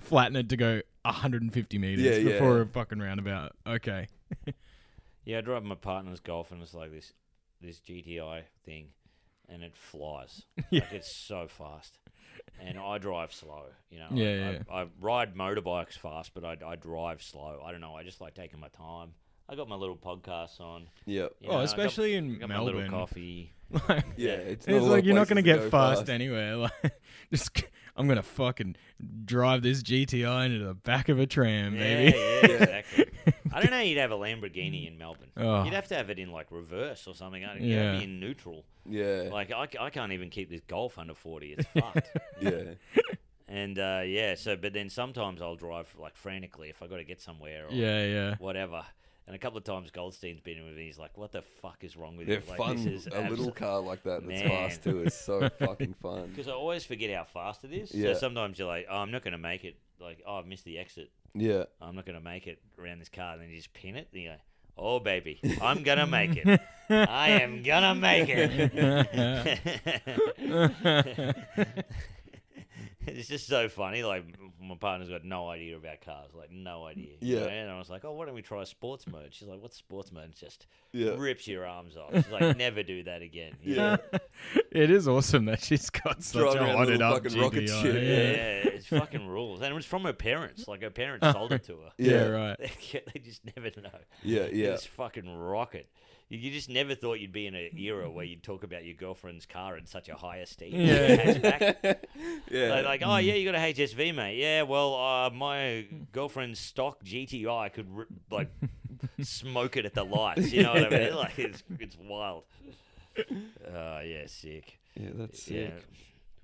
B: Flatten it to go 150 meters
A: Yeah, yeah.
B: before a fucking roundabout. Okay. [laughs]
C: Yeah, I drove my partner's golf and it's like this this GTI thing and it flies.
B: [laughs] Yeah.
C: Like it's so fast. And I drive slow, you know.
B: Yeah,
C: I,
B: yeah, yeah.
C: I, I ride motorbikes fast, but I, I drive slow. I don't know. I just like taking my time. I got my little podcasts on.
A: yeah,
C: you
B: Oh,
C: know, I got-
B: especially
C: I
B: in
C: got, my little
B: Melbourne.
C: coffee.
B: Like,
A: yeah.
C: Yeah.
A: It's, not a
B: it's
A: lot
B: like
A: of
B: you're not gonna
A: places go
B: get fast, anywhere. [laughs] Like, just I'm gonna fucking drive this GTI into the back of a tram,
C: Yeah,
B: baby. [laughs]
C: yeah, exactly. I don't know. You'd have a Lamborghini in Melbourne.
B: Oh.
C: You'd have to have it in like reverse or something. I don't, yeah.
B: Yeah.
C: be in neutral.
A: Yeah,
C: Like I, c- I can't even keep this golf under forty. It's fucked.
B: [laughs]
C: [laughs]
A: yeah,
C: And uh, yeah, so but then sometimes I'll drive like frantically if I got to get somewhere or
B: Yeah, yeah.
C: whatever. And a couple of times Goldstein's been with me. He's like, "What the fuck is wrong with
A: yeah.
C: you?" Like,
A: fun. A little car like that that's fast too is
C: [laughs]
A: so fucking fun.
C: Because I always forget how fast it is.
A: Yeah.
C: So sometimes you're like, "Oh, I'm not going to make it." Like, "Oh, I've missed the exit.
A: [laughs] Yeah,
C: I'm not going to make it around this car." And then you just pin it. And you're like, Oh baby, I'm gonna make it. I am gonna make it. it's just so funny. Like my partner's got no idea about cars, like no idea. you
A: Yeah.
C: know, And I was like, oh, why don't we try sports mode? She's like, what's sports mode? It's just
A: Yeah.
C: rips your arms off. She's like, never do that again. you
A: Yeah.
C: know?
B: [laughs] it is awesome that she's got such
A: Driving
B: a
A: around
B: hotted
A: little
B: up
A: fucking rocket
B: GTI.
A: ship.
C: Yeah,
B: Yeah.
C: it's fucking rules, and it was from her parents. Like her parents sold it to her. [laughs]
A: Yeah.
B: Yeah, right.
C: they just never know.
A: Yeah, Uh, yeah.
C: It's fucking rocket. You, you just never thought you'd be in an era where you'd talk about your girlfriend's car in such a high esteem. [laughs]
B: Yeah.
C: Hatchback.
A: [laughs] yeah.
C: Like, like, oh yeah, you got a HSV, mate. Yeah, well, uh, my girlfriend's stock GTI could r- like smoke it at the lights. You know what I mean? Like, it's it's wild. Oh yeah, sick.
A: yeah, that's sick.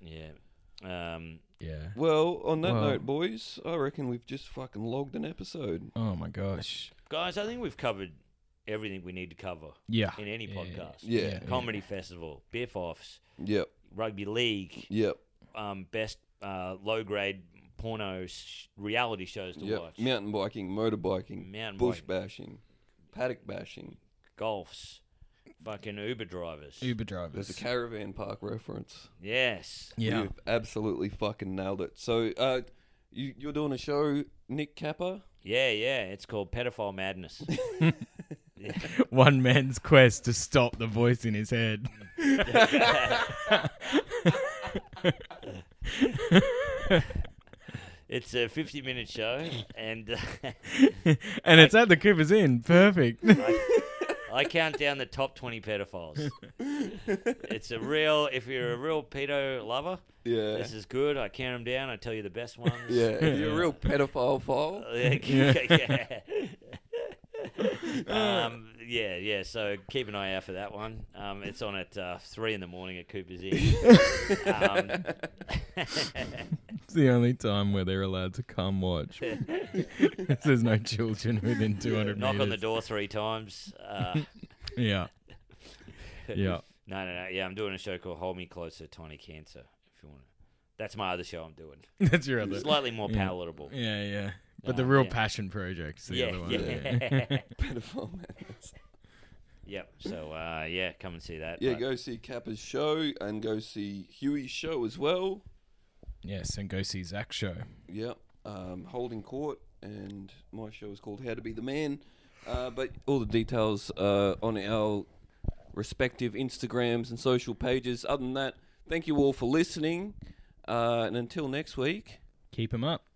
C: Yeah, yeah. Um,
B: Yeah.
A: Well, on that
B: Wow.
A: note, boys, I reckon we've just fucking logged an episode.
B: Oh my gosh.
C: guys, I think we've covered everything we need to cover
B: Yeah.
C: in any
B: Yeah.
C: podcast.
A: Yeah.
C: Comedy festival, biff offs,
A: Yep.
C: rugby league,
A: Yep.
C: um, best uh, low grade porno sh- reality shows to
A: Yep.
C: watch.
A: Mountain biking, motorbiking,
C: Mountain
A: bush
C: bike,
A: bashing, paddock bashing.
C: golfs, fucking Uber drivers.
A: There's
B: Uber
A: a
B: drivers.
A: caravan park reference.
C: Yes.
B: yeah.
A: You've absolutely fucking nailed it. So, uh, you, you're doing a show, Nick Kappa?
C: Yeah, yeah. It's called
A: [laughs]
C: Pedophile Madness.
B: [laughs] One man's quest to stop the voice in his
C: [laughs]
B: head.
C: it's a 50 minute show, and uh, [laughs]
B: and it's at the Cooper's Inn. Perfect. [laughs]
C: I, I count down the top 20 pedophiles. It's a real, if you're a real pedo lover,
A: Yeah.
C: this is good. I count them down. I tell you the best ones.
A: Yeah. If you're a real pedophile file.
C: Uh, [laughs] yeah.
B: [laughs]
C: yeah. um, yeah, yeah. So keep an eye out for that one. Um, it's on at uh, three in the morning at Cooper's Inn.
B: [laughs]
C: um,
B: It's the only time where they're allowed to come watch. [laughs] There's no children within 200
C: knock on the
B: meters.
C: door three times.
B: [laughs]
C: Uh,
B: Yeah.
C: [laughs]
B: Yeah.
C: no, no, no. Yeah, I'm doing a show called Hold Me Closer, Tiny Cancer. If you want, to. that's my other show I'm doing.
B: That's your other.
C: Slightly more
B: Yeah.
C: palatable.
B: Yeah, yeah. But
C: Uh,
B: the real
C: yeah.
B: passion project's the
C: Yeah,
B: other one.
C: yeah.
A: [laughs]
C: [laughs]
A: pedophile madness.
C: Yep. So uh, yeah, come and see that.
A: Yeah,
C: But
A: go see Kappa's show and go see Huey's show as well.
B: [laughs] Yes, and go see Zach's show.
A: Yep. Um, holding court, and my show is called How to Be the Man. Uh, but all the details uh, on our respective Instagrams and social pages. Other than that, thank you all for listening. Uh, and until next week,
B: Keep him up.